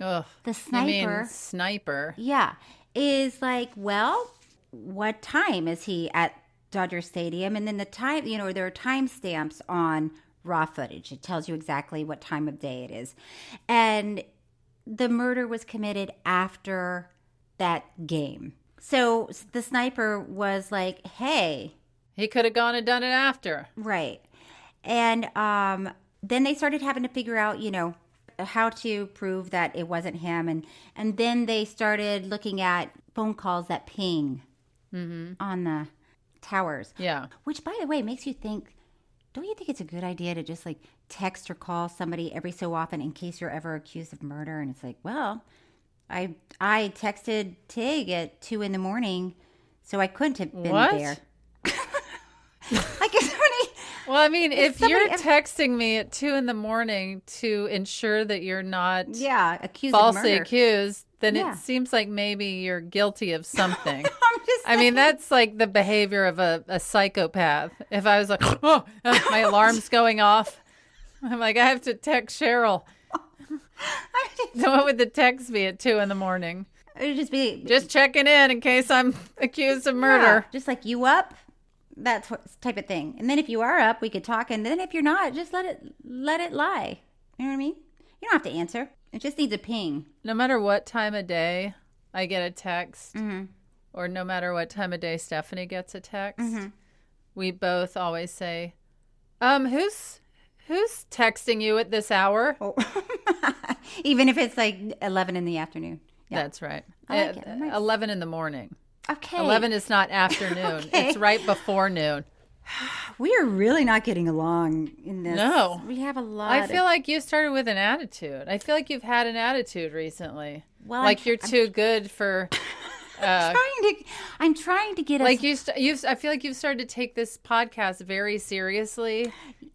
Speaker 3: Ugh.
Speaker 4: the
Speaker 3: You mean
Speaker 4: sniper.
Speaker 3: sniper.
Speaker 4: Yeah. is like, well, what time is he at Dodger Stadium? And then the time, you know, there are timestamps on raw footage. It tells you exactly what time of day it is. And the murder was committed after that game. So the sniper was like, hey.
Speaker 3: He could have gone and done it after.
Speaker 4: Right. And um, then they started having to figure out, you know, how to prove that it wasn't him. And, and then they started looking at phone calls that ping mm-hmm. on the towers.
Speaker 3: Yeah.
Speaker 4: Which, by the way, makes you think don't you think it's a good idea to just like text or call somebody every so often in case you're ever accused of murder? And it's like, well, I I texted Tig at two in the morning, so I couldn't have been
Speaker 3: What?
Speaker 4: there. [LAUGHS] like if somebody,
Speaker 3: Well, I mean,
Speaker 4: If
Speaker 3: if, you're
Speaker 4: somebody ever-
Speaker 3: texting me at two in the morning to ensure that you're not
Speaker 4: yeah, accused
Speaker 3: falsely
Speaker 4: of murder.
Speaker 3: accused, then
Speaker 4: Yeah.
Speaker 3: it seems like maybe you're
Speaker 4: [LAUGHS]
Speaker 3: guilty of something.
Speaker 4: I'm just
Speaker 3: I mean, that's like the behavior of a, a psychopath. If I was like, oh, uh, my
Speaker 4: [LAUGHS]
Speaker 3: alarm's going off, I'm like, I have to text Cheryl. So what would the text be at two in the morning?
Speaker 4: [LAUGHS] it would just be
Speaker 3: Just checking in in case I'm accused of murder.
Speaker 4: Yeah, just like you up, that tw- type of thing. And then if you are up, we could talk. And then if you're not, just let it let it lie. You know what I mean? You don't have to answer. It just needs a ping.
Speaker 3: No matter what time of day I get a text,
Speaker 4: Mm-hmm.
Speaker 3: or no matter what time of day Stephanie gets a text,
Speaker 4: Mm-hmm.
Speaker 3: we both always say, "Um, who's who's texting you at this hour?"
Speaker 4: [LAUGHS] Even if it's like eleven in the afternoon. Yeah.
Speaker 3: That's right.
Speaker 4: I like
Speaker 3: Uh,
Speaker 4: it. Nice.
Speaker 3: Eleven in the morning.
Speaker 4: Okay.
Speaker 3: Eleven
Speaker 4: [LAUGHS]
Speaker 3: is not afternoon.
Speaker 4: Okay.
Speaker 3: It's right before noon.
Speaker 4: We are really not getting along in this.
Speaker 3: No.
Speaker 4: We have a lot.
Speaker 3: I feel
Speaker 4: of-
Speaker 3: like you started with an attitude. I feel like you've had an attitude recently.
Speaker 4: Well, I'm
Speaker 3: like
Speaker 4: tr-
Speaker 3: you're
Speaker 4: I'm-
Speaker 3: too good for.
Speaker 4: trying
Speaker 3: Uh,
Speaker 4: to. I'm trying to get us.
Speaker 3: like you, st- you've. I feel like you've started to take this podcast very seriously,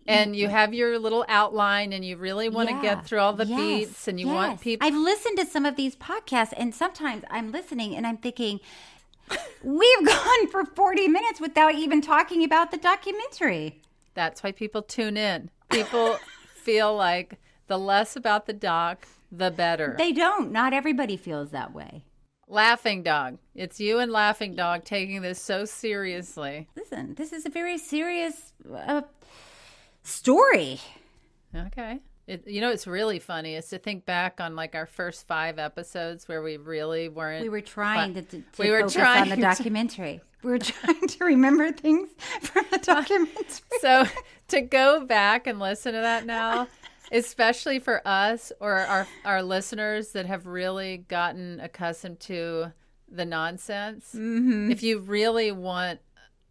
Speaker 3: and you have your little outline, and you really want to
Speaker 4: Yeah.
Speaker 3: get through all the
Speaker 4: Yes.
Speaker 3: beats, and you want
Speaker 4: Yes.
Speaker 3: people.
Speaker 4: I've listened to some of these podcasts, and sometimes I'm listening and I'm thinking, we've [LAUGHS] gone for 40 minutes without even talking about the documentary.
Speaker 3: That's why people tune in. People [LAUGHS] feel like the less about the doc, the better.
Speaker 4: They don't. Not everybody feels that way.
Speaker 3: Laughing Dog. It's you and Laughing Dog taking this so seriously.
Speaker 4: Listen, this is a very serious uh, story.
Speaker 3: Okay. It, you know, it's really funny is to think back on like our first five episodes where we really weren't.
Speaker 4: We were trying to,
Speaker 3: But-
Speaker 4: to, to
Speaker 3: we were
Speaker 4: focus
Speaker 3: trying
Speaker 4: on the
Speaker 3: to- [LAUGHS]
Speaker 4: documentary. we were trying to remember things from
Speaker 3: [LAUGHS]
Speaker 4: the documentary.
Speaker 3: so [LAUGHS] to go back and listen to that now, especially for us or our our listeners that have really gotten accustomed to the nonsense,
Speaker 4: Mm-hmm.
Speaker 3: if you really want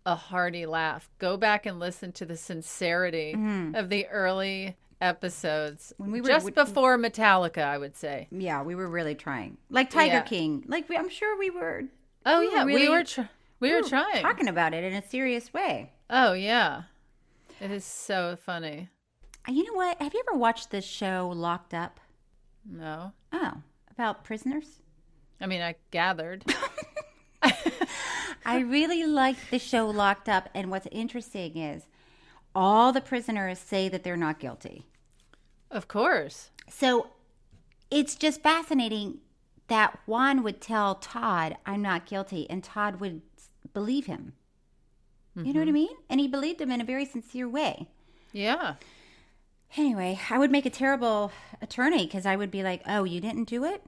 Speaker 3: a hearty laugh, go back and listen to the sincerity of the early episodes
Speaker 4: Mm-hmm. When we were-
Speaker 3: just
Speaker 4: we-
Speaker 3: before Metallica, I would say.
Speaker 4: Yeah, we were really trying. Like Tiger
Speaker 3: Yeah.
Speaker 4: King. Like we, I'm sure we were.
Speaker 3: Oh
Speaker 4: we
Speaker 3: yeah,
Speaker 4: really-
Speaker 3: we were tr- we were trying.
Speaker 4: talking about it in a serious way.
Speaker 3: Oh yeah, it is so funny.
Speaker 4: Uh, You know what? Have you ever watched this show Locked Up?
Speaker 3: No,
Speaker 4: Oh, about
Speaker 3: [LAUGHS]
Speaker 4: prisoners.
Speaker 3: I mean I
Speaker 4: [LAUGHS]
Speaker 3: gathered.
Speaker 4: I really like the show Locked Up, and what's interesting is all the prisoners say that they're not guilty.
Speaker 3: Of course.
Speaker 4: So it's just fascinating that Juan would tell Todd, "I'm not guilty," and Todd would s- believe him. You know what I
Speaker 3: Mm-hmm.
Speaker 4: mean? And he believed him in a very sincere way.
Speaker 3: Yeah.
Speaker 4: Anyway, I would make a terrible attorney because I would be like, "Oh, you didn't do it?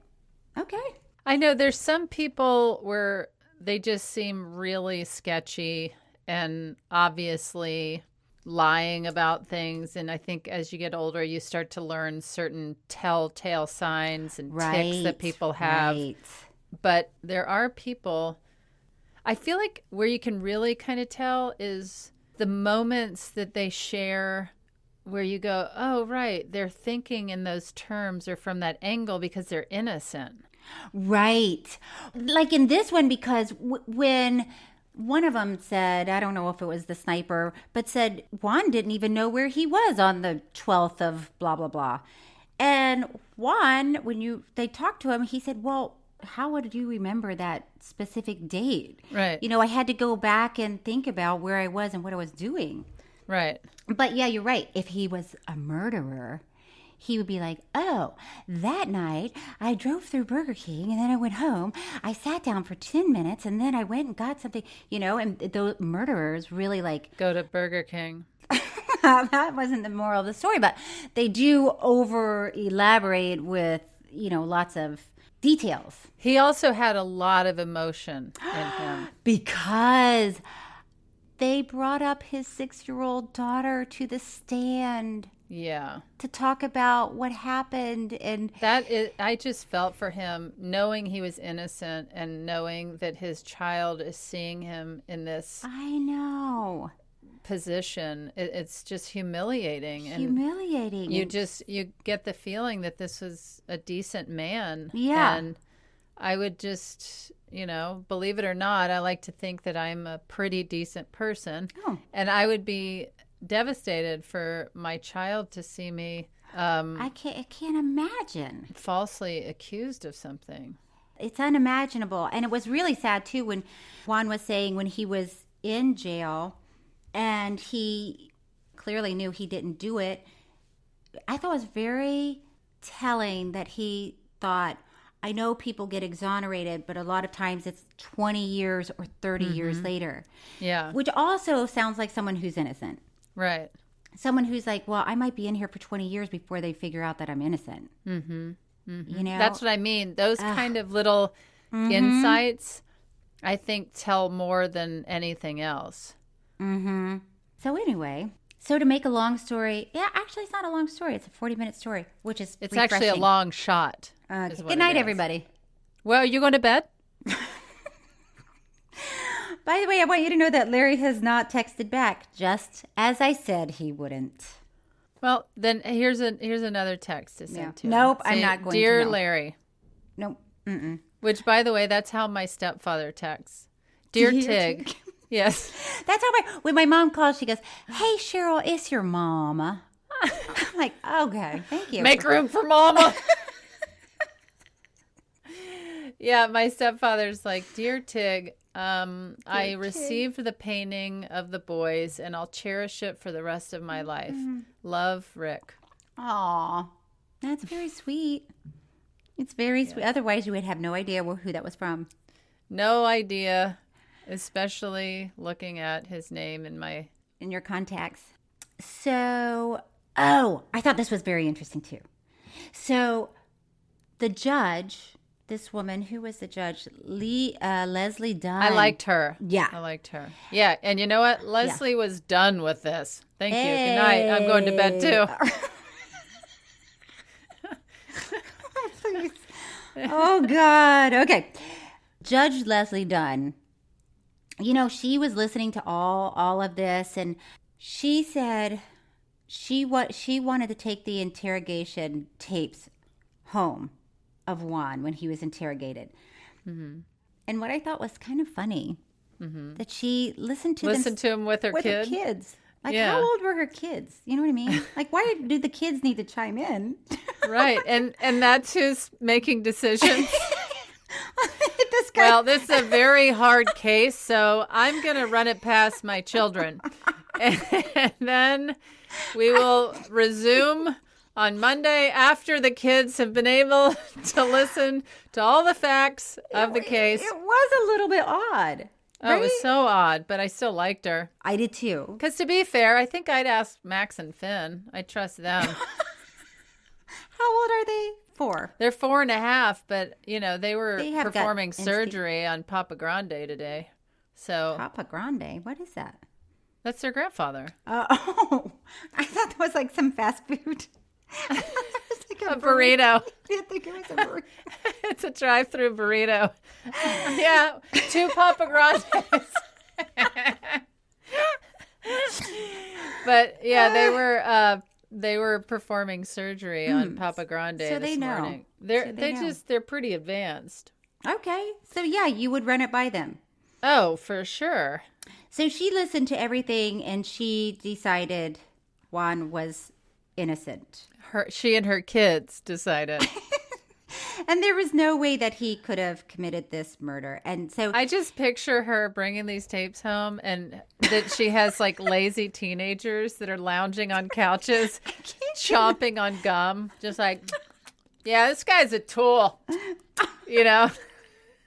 Speaker 4: Okay."
Speaker 3: I know there's some people where they just seem really sketchy and obviously lying about things. And I think as you get older, you start to learn certain telltale signs and ticks that people have.
Speaker 4: right.
Speaker 3: But there are people, I feel like where you can really kind of tell is the moments that they share where you go, oh, right, they're thinking in those terms or from that angle because they're innocent.
Speaker 4: Right. Like in this one, because w- when one of them said, I don't know if it was the sniper, but said Juan didn't even know where he was on the 12th of blah, blah, blah. And Juan, when you they talked to him, he said, Well, how would you remember that specific date?
Speaker 3: Right.
Speaker 4: You know, I had to go back and think about where I was and what I was doing.
Speaker 3: Right.
Speaker 4: But yeah, you're right. If he was a murderer, he would be like, Oh, that night I drove through Burger King and then I went home. I sat down for 10 minutes and then I went and got something, you know, and those murderers really like [LAUGHS]
Speaker 3: go to Burger King.
Speaker 4: that wasn't the moral of the story, but they do over elaborate with, you know, lots of details.
Speaker 3: He also had a lot of emotion in [GASPS] him.
Speaker 4: because they brought up his six year old daughter to the stand
Speaker 3: Yeah.
Speaker 4: to talk about what happened and
Speaker 3: That is, I just felt for him knowing he was innocent and knowing that his child is seeing him in this
Speaker 4: I know.
Speaker 3: position. It, it's just humiliating. and
Speaker 4: Humiliating.
Speaker 3: You
Speaker 4: And-
Speaker 3: just, you get the feeling that this was a decent man.
Speaker 4: Yeah.
Speaker 3: And I would just, you know, believe it or not, I like to think that I'm a pretty decent person.
Speaker 4: Oh.
Speaker 3: And I would be devastated for my child to see me. Um,
Speaker 4: I can't I can't imagine.
Speaker 3: falsely accused of something.
Speaker 4: It's unimaginable. And it was really sad too when Juan was saying when he was in jail and he clearly knew he didn't do it. I thought it was very telling that he thought, I know people get exonerated, but a lot of times it's 20 years or 30 years later,
Speaker 3: Mm-hmm. Yeah.
Speaker 4: which also sounds like someone who's innocent.
Speaker 3: Right.
Speaker 4: Someone who's like, well, I might be in here for 20 years before they figure out that I'm innocent.
Speaker 3: Mm-hmm.
Speaker 4: You know?
Speaker 3: That's what I mean. Those
Speaker 4: Ugh.
Speaker 3: kind of little
Speaker 4: Mhm.
Speaker 3: insights, I think, tell more than anything else.
Speaker 4: Mm-hmm. So anyway, so to make a long story, yeah, actually it's not a long story. It's a forty-minute story, which is
Speaker 3: It's actually a
Speaker 4: refreshing.
Speaker 3: long shot.
Speaker 4: Uh,
Speaker 3: is what
Speaker 4: good
Speaker 3: it
Speaker 4: night,
Speaker 3: is.
Speaker 4: everybody.
Speaker 3: Well, you going to bed?
Speaker 4: By the way, I want you to know that Larry has not texted back, just as I said he wouldn't.
Speaker 3: Well, then here's a here's another text to send
Speaker 4: Yeah.
Speaker 3: to.
Speaker 4: Nope,
Speaker 3: him.
Speaker 4: I'm
Speaker 3: Say,
Speaker 4: not going to,
Speaker 3: Dear
Speaker 4: no."
Speaker 3: Larry,
Speaker 4: Nope. Mm-mm.
Speaker 3: which by the way, that's how my stepfather texts. Dear, Tig. [LAUGHS] Yes.
Speaker 4: [LAUGHS] That's how my when my mom calls, she goes, "Hey, Cheryl, it's your mama." [LAUGHS] I'm like, okay, thank you.
Speaker 3: Make room
Speaker 4: [LAUGHS]
Speaker 3: for mama. yeah, my stepfather's like, Dear Tig, um, I
Speaker 9: Tig."
Speaker 3: received the painting of the boys and I'll cherish it for the rest of my life.
Speaker 4: Mm-hmm.
Speaker 3: Love, Rick.
Speaker 4: Aw, that's very sweet. It's very sweet. Otherwise, you would have no idea wh- who that was from.
Speaker 3: No idea, especially looking at his name in my.
Speaker 4: in your contacts. So, oh, I thought this was very interesting too. So, the judge, this woman who was the judge, Lee uh, Leslie Dunn.
Speaker 3: I liked her.
Speaker 4: Yeah.
Speaker 3: I liked her. Yeah. And you know what? Leslie was done with this. Thank you. Good night. I'm going to bed too.
Speaker 4: [LAUGHS] oh God. Okay, Judge Leslie Dunn. You know, she was listening to all all of this, and she said she what she wanted to take the interrogation tapes home of Juan when he was interrogated.
Speaker 3: Mm-hmm.
Speaker 4: And what I thought was kind of funny that she listened to
Speaker 3: Listen
Speaker 4: them
Speaker 3: Mm-hmm. to him with her
Speaker 4: with
Speaker 3: kid.
Speaker 4: her kids. Like,
Speaker 3: Yeah.
Speaker 4: how old were her kids? You know what I
Speaker 3: [LAUGHS]
Speaker 4: mean? Like, why do the kids need to chime in? [LAUGHS]
Speaker 3: right and and that's who's making decisions
Speaker 4: this guy,
Speaker 3: well this is a very hard case so i'm going to run it past my children and then we will resume on monday after the kids have been able [LAUGHS] to listen to all the facts of the case
Speaker 4: it was a little bit odd.
Speaker 3: oh, it was so odd but i still liked her
Speaker 4: I did too.
Speaker 3: because to be fair i think i'd ask max and finn i
Speaker 4: [LAUGHS]
Speaker 3: trust them
Speaker 4: How old are they? Four.
Speaker 3: They're four and a half, but you know they were
Speaker 4: They have got
Speaker 3: performing
Speaker 4: instinct.
Speaker 3: surgery on Papa Grande today, so
Speaker 4: Papa Grande. What is that?
Speaker 3: that's their grandfather.
Speaker 4: Uh, [LAUGHS] oh, I thought that was like some fast food. [LAUGHS] It's like
Speaker 3: A
Speaker 4: [LAUGHS]
Speaker 3: burrito. [LAUGHS]
Speaker 4: I didn't think it was a burrito.
Speaker 3: it's a
Speaker 4: [LAUGHS]
Speaker 3: drive-through burrito. yeah, two Papa Grandes. but
Speaker 4: [LAUGHS]
Speaker 3: yeah, they were uh, they were performing surgery on Papa Grande
Speaker 4: Hmm. So they
Speaker 3: this
Speaker 4: know.
Speaker 3: morning. They're
Speaker 4: So
Speaker 3: they
Speaker 4: they know.
Speaker 3: just they're pretty advanced.
Speaker 4: Okay, so yeah, you would run it by them.
Speaker 3: Oh, for sure.
Speaker 4: So she listened to everything and she decided Juan was innocent.
Speaker 3: Her she and her kids decided.
Speaker 4: and there was no way that he could have committed this murder. And so
Speaker 3: [LAUGHS] I just picture her bringing these tapes home and that she has like lazy teenagers that are lounging on
Speaker 4: [LAUGHS]
Speaker 3: couches, chomping on gum, just like, yeah, this guy's
Speaker 4: [LAUGHS]
Speaker 3: a tool, you know?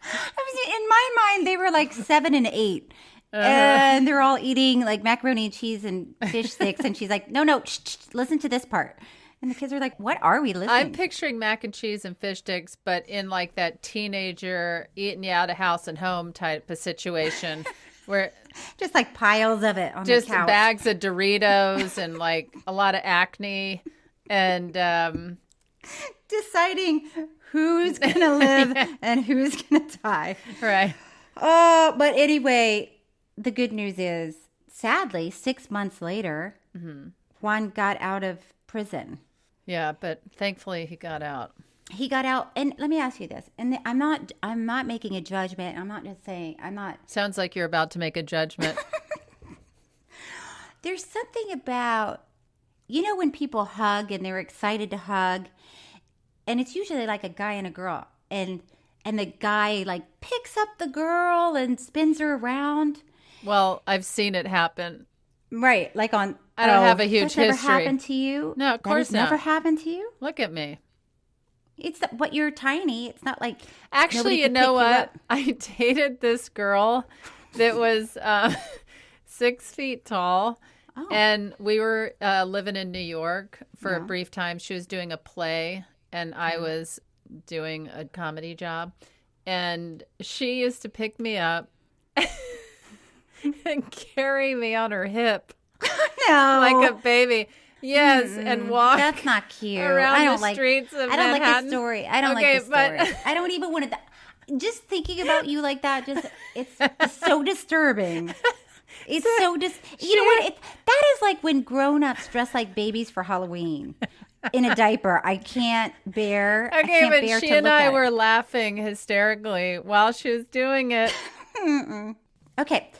Speaker 4: I was, in my mind, they were like [LAUGHS] seven and 8 uh-huh. And they're all eating like macaroni and cheese and fish sticks. and she's like, no, no, shh, shh, listen to this part. And the kids are like, what are we listening
Speaker 3: I'm picturing mac and cheese and fish sticks, but in like that teenager eating you out of house and home type
Speaker 4: [LAUGHS]
Speaker 3: of situation where
Speaker 4: just like piles of it on
Speaker 3: just
Speaker 4: the couch.
Speaker 3: bags of Doritos and like a lot of acne and um,
Speaker 4: deciding [LAUGHS] who's going to live yeah. and who's going to die.
Speaker 3: Right.
Speaker 4: Oh, uh, but anyway, the good news is, sadly, six months later, mm-hmm. Juan got out of prison.
Speaker 3: Yeah, but thankfully he got out.
Speaker 4: He got out, and let me ask you this: and I'm not, I'm not making a judgment. I'm not just saying, I'm not.
Speaker 3: Sounds like you're about to make a [LAUGHS] judgment.
Speaker 4: There's something about, you know, when people hug and they're excited to hug, and it's usually like a guy and a girl, and and the guy like picks up the girl and spins her around.
Speaker 3: Well, I've seen it happen.
Speaker 4: Right, like on.
Speaker 3: I don't oh, have a huge
Speaker 4: that's never
Speaker 3: history.
Speaker 4: happened to you?
Speaker 3: No, of course
Speaker 4: that
Speaker 3: not.
Speaker 4: Never happened to you?
Speaker 3: Look at me.
Speaker 4: It's the, what you're tiny. It's not like
Speaker 3: actually. You know what? You [LAUGHS] I dated this girl that was um, [LAUGHS] six feet tall. Oh. And we were uh, living in New York for yeah. a brief time. She was doing a play, and mm-hmm. I was doing a comedy job and she used to pick me up [LAUGHS] and carry me on her hip
Speaker 4: no.
Speaker 3: like a baby yes Mm-mm. and walk
Speaker 4: Oh. that's not cute
Speaker 3: around
Speaker 4: I
Speaker 3: don't the streets
Speaker 4: like,
Speaker 3: of
Speaker 4: i don't
Speaker 3: Manhattan.
Speaker 4: like this story i don't okay, like this story but... i don't even want to th- just thinking about you like that just it's just so disturbing it's so, so dis- you she... know what it, that is like when grown-ups dress like babies for halloween in a diaper. I can't bear.
Speaker 3: [LAUGHS] Okay,
Speaker 4: can't
Speaker 3: but
Speaker 4: bear
Speaker 3: she and I
Speaker 4: it.
Speaker 3: were laughing hysterically while she was
Speaker 4: [LAUGHS]
Speaker 3: doing it.
Speaker 4: okay,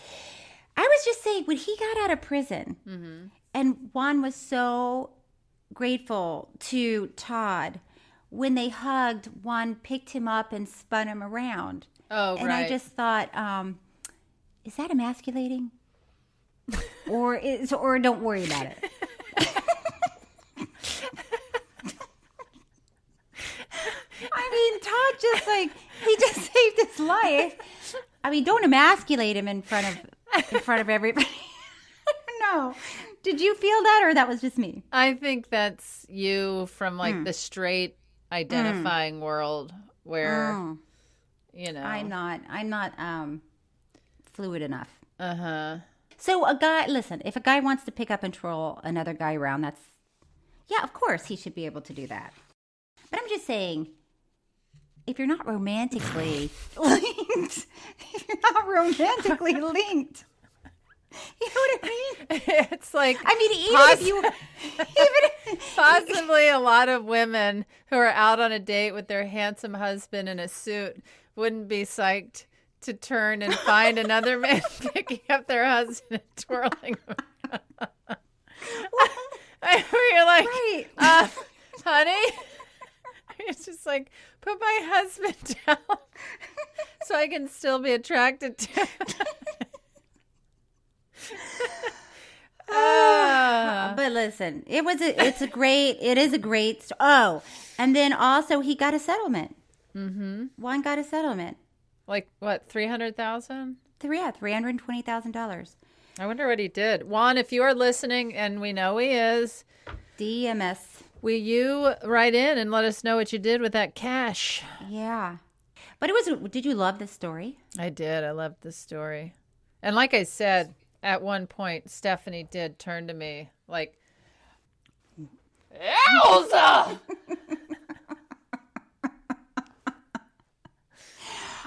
Speaker 4: I was just saying when he got out of prison, mm-hmm. and Juan was so grateful to Todd when they hugged. Juan picked him up and spun him around.
Speaker 3: Oh,
Speaker 4: and
Speaker 3: right.
Speaker 4: I just thought, um, is that emasculating? [LAUGHS] or is or don't worry about it. [LAUGHS] I mean, Todd just like he just [LAUGHS] saved his life. I mean, don't emasculate him in front of in front of everybody. [LAUGHS] no. Did you feel that or that was just me?
Speaker 3: I think that's you from like
Speaker 4: Hmm.
Speaker 3: mm. the straight identifying mm. world where
Speaker 4: Oh.
Speaker 3: mm. you know.
Speaker 4: I'm not I'm not um fluid enough.
Speaker 3: Uh-huh. [LAUGHS]
Speaker 4: So a guy listen, if a guy wants to pick up and troll another guy around, that's yeah, of course he should be able to do that. But I'm just saying, if you're not romantically linked, if you're not romantically linked, you know what I mean?
Speaker 3: It's like
Speaker 4: I mean, even poss- if you, even
Speaker 3: if, possibly a lot of women who are out on a date with their handsome husband in a suit wouldn't be psyched to turn and find another man [LAUGHS] picking up their husband and twirling. [LAUGHS] Where you're like, right. uh, honey [LAUGHS] it's just like put my husband [LAUGHS] down so I can still be attracted to him. [LAUGHS] Ah.
Speaker 4: uh, but listen, it was a it's a great it is a great st- oh, and then also he got a settlement.
Speaker 3: Mm-hmm.
Speaker 4: Juan got a settlement.
Speaker 3: Like what? Three hundred thousand.
Speaker 4: Three yeah, three hundred twenty thousand dollars.
Speaker 3: I wonder what he did. Juan, if you are listening, and we know he is,
Speaker 4: DMS.
Speaker 3: Will you write in and let us know what you did with that cash?
Speaker 4: Yeah. But it was, did you love this story?
Speaker 3: I did. I loved this story. And like I said, at one point, Stephanie did turn to me like, Elsa!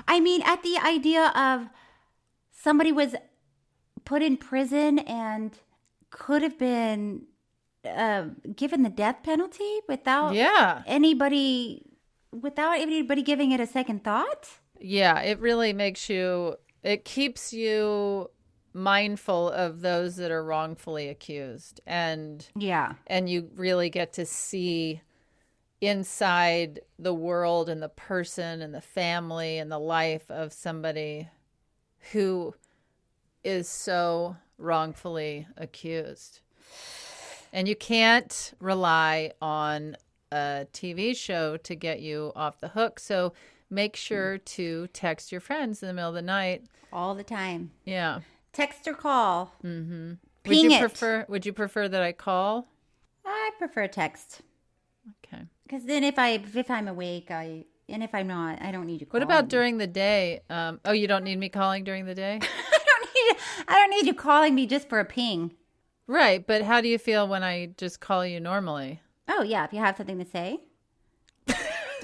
Speaker 4: I mean, at the idea of somebody was put in prison and could have been uh, given the death penalty without
Speaker 3: yeah
Speaker 4: anybody without anybody giving it a second thought.
Speaker 3: Yeah, it really makes you. It keeps you mindful of those that are wrongfully accused, and
Speaker 4: yeah,
Speaker 3: and you really get to see inside the world and the person and the family and the life of somebody who is so wrongfully accused. And you can't rely on a TV show to get you off the hook. So make sure to text your friends in the middle of the night.
Speaker 4: All the time.
Speaker 3: Yeah.
Speaker 4: Text or call.
Speaker 3: Mm-hmm.
Speaker 4: Ping
Speaker 3: would you
Speaker 4: it.
Speaker 3: prefer would you prefer that I call?
Speaker 4: I prefer text
Speaker 3: Okay.
Speaker 4: because then if I if I'm awake, I and if I'm not, I don't need you.
Speaker 3: What
Speaker 4: Calling.
Speaker 3: about during the day? Um, oh, you don't need me calling during the
Speaker 4: [LAUGHS]
Speaker 3: day? [LAUGHS]
Speaker 4: I don't need you calling me just for a ping.
Speaker 3: right, but how do you feel when I just call you normally? [LAUGHS]
Speaker 4: Oh yeah, if you have something to say. [LAUGHS]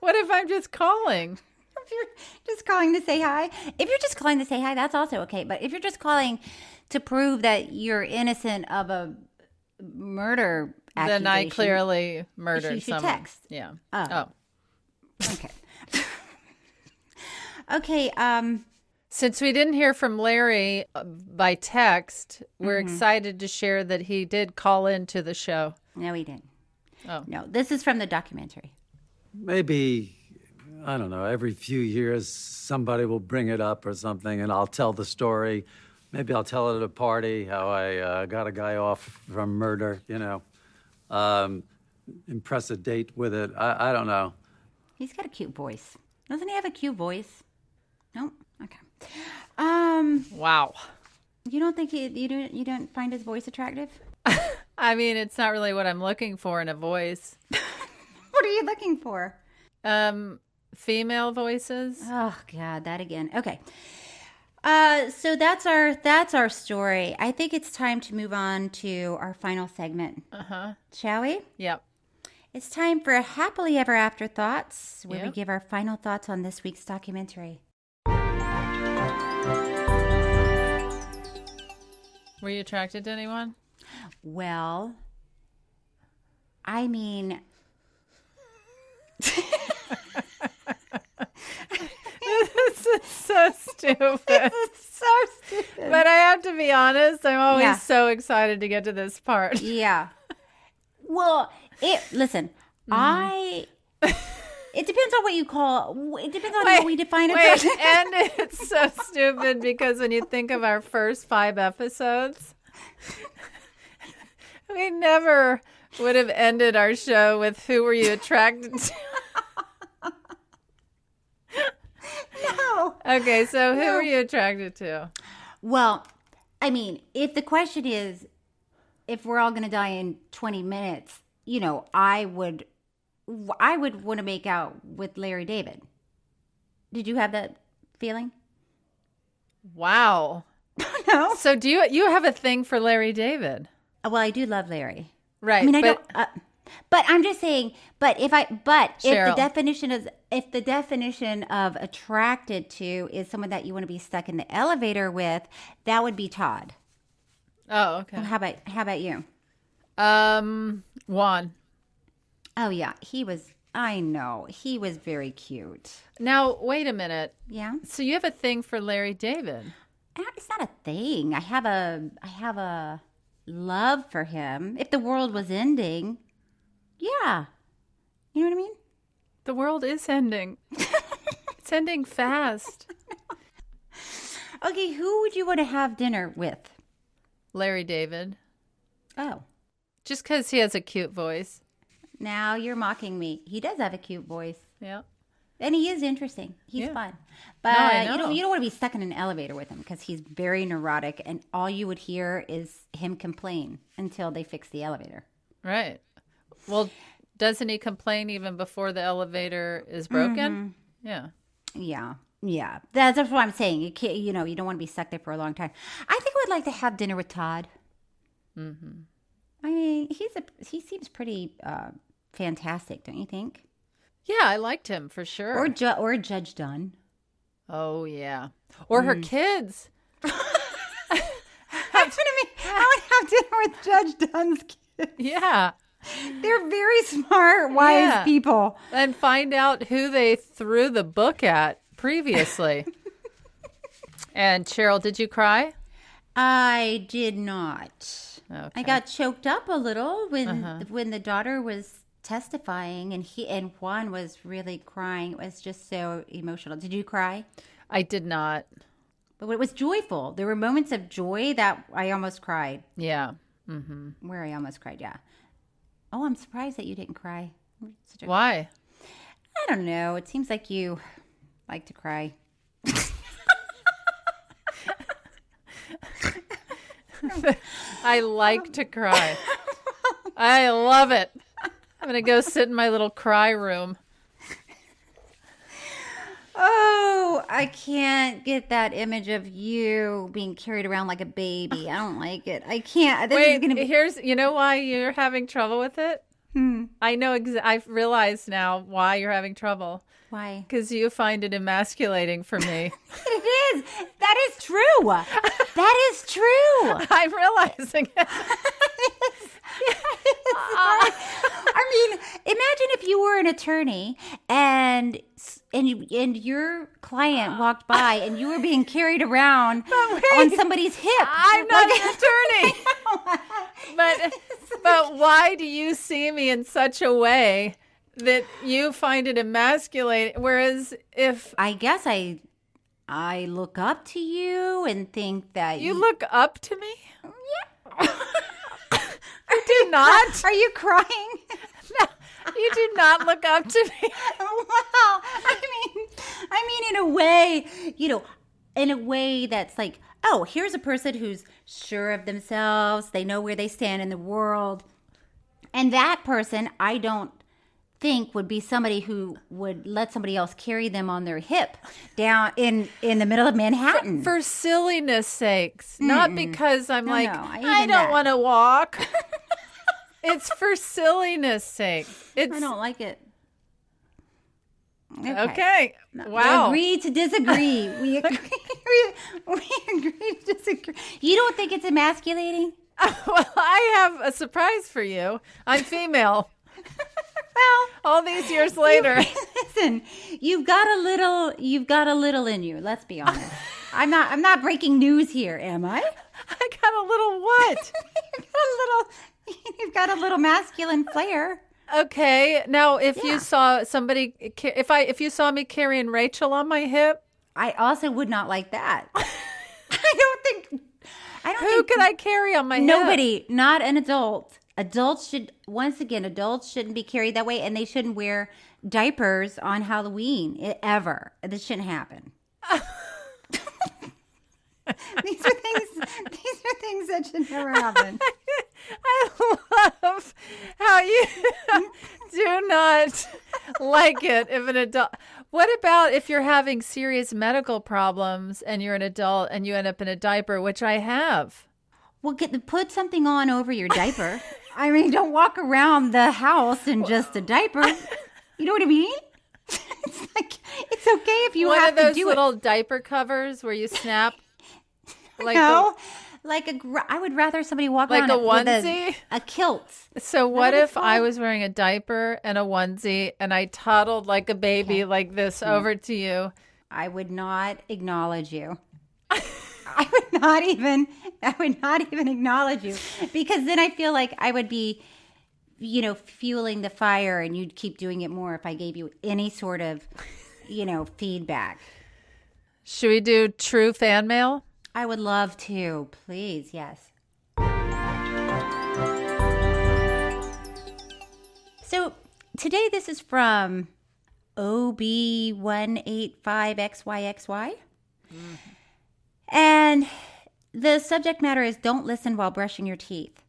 Speaker 3: What if I'm just calling?
Speaker 4: If you're just calling to say hi, if you're just calling to say hi, that's also okay. But if you're just calling to prove that you're innocent of a murder,
Speaker 3: Then I
Speaker 4: accusation- [LAUGHS]
Speaker 3: clearly murdered
Speaker 4: you should
Speaker 3: someone.
Speaker 4: text.
Speaker 3: Yeah.
Speaker 4: Oh.
Speaker 3: oh.
Speaker 4: Okay. okay. Um.
Speaker 3: Since we didn't hear from Larry uh, by text, we're excited to share that he did call into the show.
Speaker 4: No, he didn't.
Speaker 3: Oh.
Speaker 4: No, this is from the documentary.
Speaker 11: Maybe, I don't know, every few years somebody will bring it up or something, and I'll tell the story. Maybe I'll tell it at a party how I uh, got a guy off from murder, you know, um, impress a date with it. I, I don't know.
Speaker 4: He's got a cute voice. Doesn't he have a cute voice? Nope. Okay. Um.
Speaker 3: Wow.
Speaker 4: You don't think he, you don't you don't find his voice attractive? [LAUGHS]
Speaker 3: I mean, it's not really what I'm looking for in a voice.
Speaker 4: What are you looking for?
Speaker 3: Um, female voices.
Speaker 4: Oh God, that again. Okay. Uh, so that's our that's our story. I think it's time to move on to our final segment,
Speaker 3: Uh huh.
Speaker 4: shall we?
Speaker 3: Yep.
Speaker 4: It's time for happily ever after thoughts, where we
Speaker 3: Yep.
Speaker 4: give our final thoughts on this week's documentary.
Speaker 3: Were you attracted to anyone?
Speaker 4: Well, I
Speaker 3: [LAUGHS]
Speaker 4: mean,
Speaker 3: [LAUGHS] this is [LAUGHS] so stupid.
Speaker 4: so stupid.
Speaker 3: But I have to be honest, I'm always
Speaker 4: Yeah.
Speaker 3: so excited to get to
Speaker 4: [LAUGHS]
Speaker 3: this part.
Speaker 4: Yeah. Well, it listen,
Speaker 3: Mm-hmm.
Speaker 4: I it depends on what you call it depends on how we define
Speaker 3: Wait,
Speaker 4: attraction.
Speaker 3: and it's so stupid because when you think of our first five episodes, [LAUGHS] we never would have ended our show with who were you attracted to?
Speaker 4: [LAUGHS] No.
Speaker 3: Okay, so who were you attracted to?
Speaker 4: Well, I mean, if the question is if we're all going to die in 20 minutes, you know, I would I would want to make out with Larry David. Did you have that
Speaker 3: [LAUGHS]
Speaker 4: feeling?
Speaker 3: Wow.
Speaker 4: No.
Speaker 3: So do you you have a thing for Larry David?
Speaker 4: Well, I do love Larry.
Speaker 3: Right.
Speaker 4: I mean, I
Speaker 3: but-
Speaker 4: don't. Uh, but I'm just saying. But if I, but if
Speaker 3: Cheryl.
Speaker 4: the definition is, if the definition of attracted to is someone that you want to be stuck in the elevator with, that would be Todd.
Speaker 3: Oh, okay.
Speaker 4: How about how about you?
Speaker 3: Um, Juan.
Speaker 4: Oh yeah, he was. I know he was very cute.
Speaker 3: Now, wait a minute.
Speaker 4: Yeah,
Speaker 3: So you have a thing for Larry David.
Speaker 4: Uh, it's not a thing. I have a, I have a love for him. If the world was ending, yeah, you know what I mean.
Speaker 3: The world is ending. it's ending fast.
Speaker 4: Okay, who would you want to have dinner with?
Speaker 3: Larry David.
Speaker 4: Oh.
Speaker 3: Just because he has a cute voice.
Speaker 4: Now you're mocking me. He does have a cute voice,
Speaker 3: Yeah.
Speaker 4: and he is interesting. He's
Speaker 3: Yeah.
Speaker 4: fun,
Speaker 3: No,
Speaker 4: but
Speaker 3: I
Speaker 4: you
Speaker 3: know.
Speaker 4: don't you don't want to be stuck in an elevator with him because he's very neurotic, and all you would hear is him complain until they fix the elevator.
Speaker 3: Right. Well, doesn't he complain even before the elevator is broken? Yeah.
Speaker 4: Yeah, yeah, that's, that's what I'm saying. You can't, you know, you don't want to be stuck there for a long time. I think I would like to have dinner with Todd.
Speaker 3: hmm
Speaker 4: I mean, he's a he seems pretty uh, fantastic, don't you think?
Speaker 3: Yeah, I liked him for sure.
Speaker 4: Or ju- or Judge
Speaker 3: [LAUGHS]
Speaker 4: Dunn. [LAUGHS]
Speaker 3: oh, yeah. Or her kids.
Speaker 4: I mean, I would have dinner with Judge Dunn's kids.
Speaker 3: Yeah.
Speaker 4: They're very smart, wise
Speaker 3: Yeah.
Speaker 4: people.
Speaker 3: And find out who they threw the book at previously. and Cheryl, did you cry?
Speaker 4: I did not. I got choked up a little when when the daughter was testifying and he and Juan was really crying. It was just so emotional. Did you cry?
Speaker 3: I did not.
Speaker 4: But it was joyful. There were moments of joy that I almost cried.
Speaker 3: Yeah. Mm-hmm.
Speaker 4: Where I almost cried, yeah. Oh, I'm surprised that you didn't cry. You're such a-
Speaker 3: Why?
Speaker 4: I don't know. It seems like you like to cry.
Speaker 3: I like to cry. I love it. I'm gonna go sit in my little cry room.
Speaker 4: Oh, I can't get that image of you being carried around like a baby. I don't like it. I can't. This is
Speaker 3: Wait,
Speaker 4: gonna be
Speaker 3: here's you know why you're having trouble with it. I know. Exa- I've realized now why you're having trouble.
Speaker 4: Why?
Speaker 3: Because you find it emasculating for me.
Speaker 4: it is. That is true. That is
Speaker 3: [LAUGHS]
Speaker 4: true.
Speaker 3: [LAUGHS] I'm realizing it.
Speaker 4: Uh, I mean, imagine if you were an attorney and and you, and your
Speaker 3: [GASPS]
Speaker 4: client walked by and you were being carried
Speaker 3: [LAUGHS]
Speaker 4: around on somebody's hip.
Speaker 3: [LAUGHS] I'm not
Speaker 4: Like-
Speaker 3: [LAUGHS] an attorney. but but why do you see me in such a way that you find it emasculating? Whereas if
Speaker 4: I guess I I look up to you and think that
Speaker 3: you look up to me, yeah, you do
Speaker 4: [LAUGHS]
Speaker 3: not.
Speaker 4: Are you crying?
Speaker 3: [LAUGHS] You do not look up to
Speaker 4: [LAUGHS]
Speaker 3: me.
Speaker 4: wow. I mean, I mean, in a way, you know, in a way that's like, oh, here's a person who's sure of themselves. They know where they stand in the world. And that person, I don't think would be somebody who would let somebody else carry them on their hip down in in the middle of [LAUGHS] Manhattan.
Speaker 3: For silliness sakes, not because I'm like,
Speaker 4: no, I
Speaker 3: I,
Speaker 4: even that.
Speaker 3: don't want
Speaker 4: [LAUGHS]
Speaker 3: to walk. it's for silliness sake. It's
Speaker 4: I don't like it.
Speaker 3: okay.
Speaker 4: We
Speaker 3: Wow.
Speaker 4: agree to disagree. We agree. [LAUGHS] we, we agree to disagree. You don't think it's emasculating?
Speaker 3: [LAUGHS] well, I have a surprise for you. I'm
Speaker 4: [LAUGHS]
Speaker 3: female.
Speaker 4: Well,
Speaker 3: All these years later.
Speaker 4: listen, you've got a little. You've got a little in you. Let's be
Speaker 3: [LAUGHS]
Speaker 4: honest. I'm not. I'm not breaking news here, am I?
Speaker 3: [LAUGHS]
Speaker 4: [LAUGHS]
Speaker 3: I got a little what?
Speaker 4: you've got a little. [LAUGHS] You've got a little masculine flair.
Speaker 3: Okay, now if
Speaker 4: Yeah.
Speaker 3: you saw somebody, ca- if I if you saw me carrying Rachel on my hip,
Speaker 4: I also would not like that. [LAUGHS] I don't think. I don't
Speaker 3: who
Speaker 4: think
Speaker 3: could I carry on my hip?
Speaker 4: Nobody, not an adult. Adults should once again, adults shouldn't be carried that way, and they shouldn't wear diapers on Halloween i- ever. This shouldn't
Speaker 3: [LAUGHS]
Speaker 4: happen. these are things. These are things that should never happen.
Speaker 3: I love how you [LAUGHS] do not like it if an adult. What about if you're having serious medical problems and you're an adult and you end up in a diaper, which I have?
Speaker 4: Well, get put something on over your diaper. I mean, don't walk around the house in just a diaper. You know what I mean? [LAUGHS] it's like it's okay if you
Speaker 3: One
Speaker 4: have
Speaker 3: of those
Speaker 4: to do it.
Speaker 3: little diaper covers where
Speaker 4: [LAUGHS]
Speaker 3: you snap, like the-
Speaker 4: no, like a gr- I would rather somebody walk
Speaker 3: Like
Speaker 4: around
Speaker 3: a
Speaker 4: it with
Speaker 3: onesie?
Speaker 4: a, a kilt.
Speaker 3: So what
Speaker 4: would be
Speaker 3: if I
Speaker 4: fun.
Speaker 3: was wearing a diaper and a onesie and I toddled like a baby like this over to you?
Speaker 4: I would not acknowledge you. [LAUGHS] I would not even. I would not even acknowledge you because then I feel like I would be, you know, fueling the fire, and you'd keep doing it more if I gave you any sort of, you know, feedback.
Speaker 3: Should we do true fan mail?
Speaker 4: I would love to. Please, yes. So today, this is from OB185XYXY. And the subject matter is don't listen while brushing your teeth.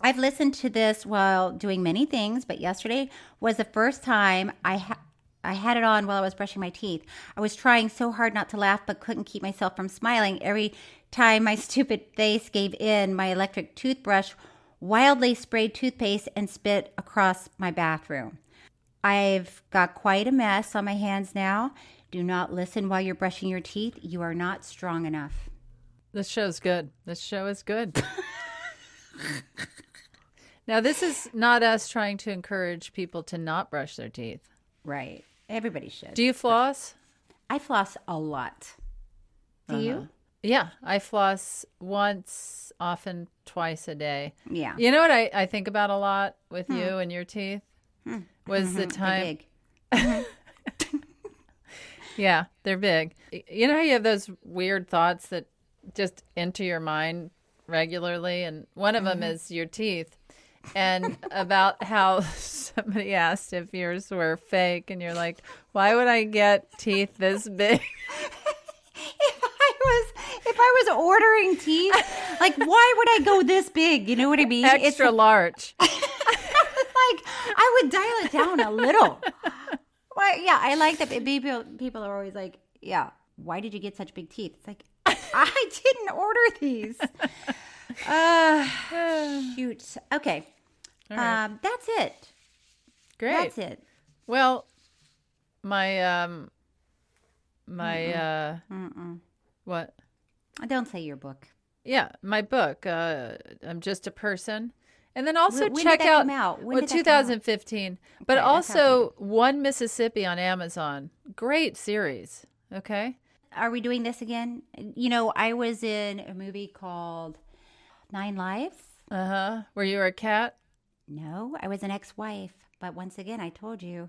Speaker 4: I've listened to this while doing many things, but yesterday was the first time I ha- I had it on while I was brushing my teeth. I was trying so hard not to laugh, but couldn't keep myself from smiling every time my [LAUGHS] stupid face gave in. My electric toothbrush wildly sprayed toothpaste and spit across my bathroom. I've got quite a mess on my hands now. Do not listen while you're brushing your teeth. You are not strong enough.
Speaker 3: This show's good. This show is good.
Speaker 4: [LAUGHS]
Speaker 3: now this is not us trying to encourage people to not brush their teeth.
Speaker 4: Right. Everybody should.
Speaker 3: Do you floss?
Speaker 4: I floss a lot. Do you?
Speaker 3: Yeah, I floss once, often twice a day.
Speaker 4: Yeah.
Speaker 3: You know what I, I think about a lot with
Speaker 4: Hmm.
Speaker 3: you and your teeth
Speaker 4: Hmm.
Speaker 3: was the
Speaker 4: Mhm, they're
Speaker 3: time.
Speaker 4: big.
Speaker 3: Yeah, they're big. Y- You know how you have those weird thoughts that just enter your mind regularly, and one of them
Speaker 4: Mm-hmm.
Speaker 12: Mhm.
Speaker 3: is your teeth, and [LAUGHS] about how [LAUGHS] somebody asked if yours were fake, and you're like, why would I get teeth this [LAUGHS] big?
Speaker 4: [LAUGHS] If I was ordering teeth, like why would I go this big? You know what I mean? [LAUGHS]
Speaker 3: Extra large.
Speaker 4: like I would dial it down a little. [LAUGHS] Why? Yeah, I like that. People people are always like, yeah. Why did you get such big teeth? It's like [LAUGHS] I didn't order
Speaker 3: [LAUGHS]
Speaker 4: these. Uh, shoot. Okay.
Speaker 3: All right.
Speaker 4: Um, that's it.
Speaker 3: Great.
Speaker 4: That's it.
Speaker 3: Well, my um, my
Speaker 4: Mm-mm.
Speaker 3: uh, what?
Speaker 4: Don't say your book.
Speaker 3: Yeah, my book. Uh, I'm just a person. And then also
Speaker 4: Wh- when did
Speaker 3: check
Speaker 4: that
Speaker 3: out
Speaker 4: come out? When
Speaker 3: well,
Speaker 4: did that come out?
Speaker 3: 2015, but
Speaker 4: Okay, that's out
Speaker 3: also One Mississippi on Amazon. Great series. Okay.
Speaker 4: Are we doing this again? You know, I was in a movie called Nine Lives.
Speaker 3: Uh huh. Were you a cat?
Speaker 4: No, I was an ex-wife. But once again, I told you,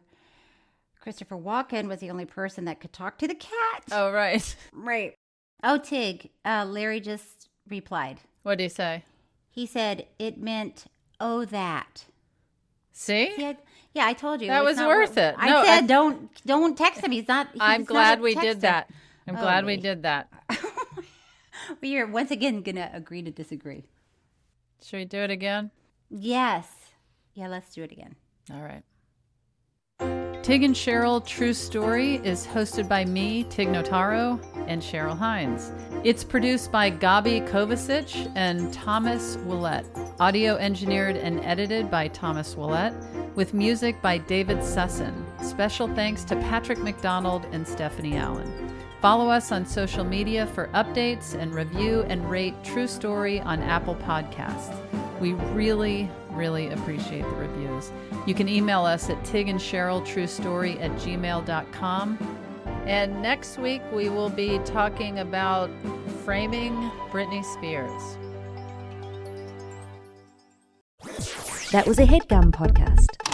Speaker 4: Christopher Walken was the only person that could talk to the cat.
Speaker 3: Oh right. [LAUGHS]
Speaker 4: Right. Oh, Tig. Uh, Larry just replied.
Speaker 3: What do you say?
Speaker 4: He said it meant oh that.
Speaker 3: See?
Speaker 4: Yeah, yeah I told you
Speaker 3: That
Speaker 4: it's
Speaker 3: was
Speaker 4: not
Speaker 3: worth
Speaker 4: what-
Speaker 3: it.
Speaker 4: I
Speaker 3: No, I-
Speaker 4: said don't don't text him. He's not. he's
Speaker 3: I'm
Speaker 4: not a
Speaker 3: glad we did
Speaker 4: texter.
Speaker 3: that. I'm
Speaker 4: Oh,
Speaker 3: glad we
Speaker 4: me.
Speaker 3: did that.
Speaker 4: [LAUGHS] We are once again gonna agree to disagree.
Speaker 3: Should we do it again?
Speaker 4: Yes. Yeah, let's do it again.
Speaker 3: All right. Tig and Cheryl True Story is hosted by me, Tig Notaro, and Cheryl Hines. It's produced by Gabi Kovacic and Thomas Willett. Audio engineered and edited by Thomas Willett, with music by David Sussin. Special thanks to Patrick McDonald and Stephanie Allen. Follow us on social media for updates and review and rate True Story on Apple Podcasts. We really, really appreciate the reviews. You can email us at Tig and Cheryl True Story at gmail.com. And next week we will be talking about framing Britney Spears.
Speaker 13: That was a headgum podcast.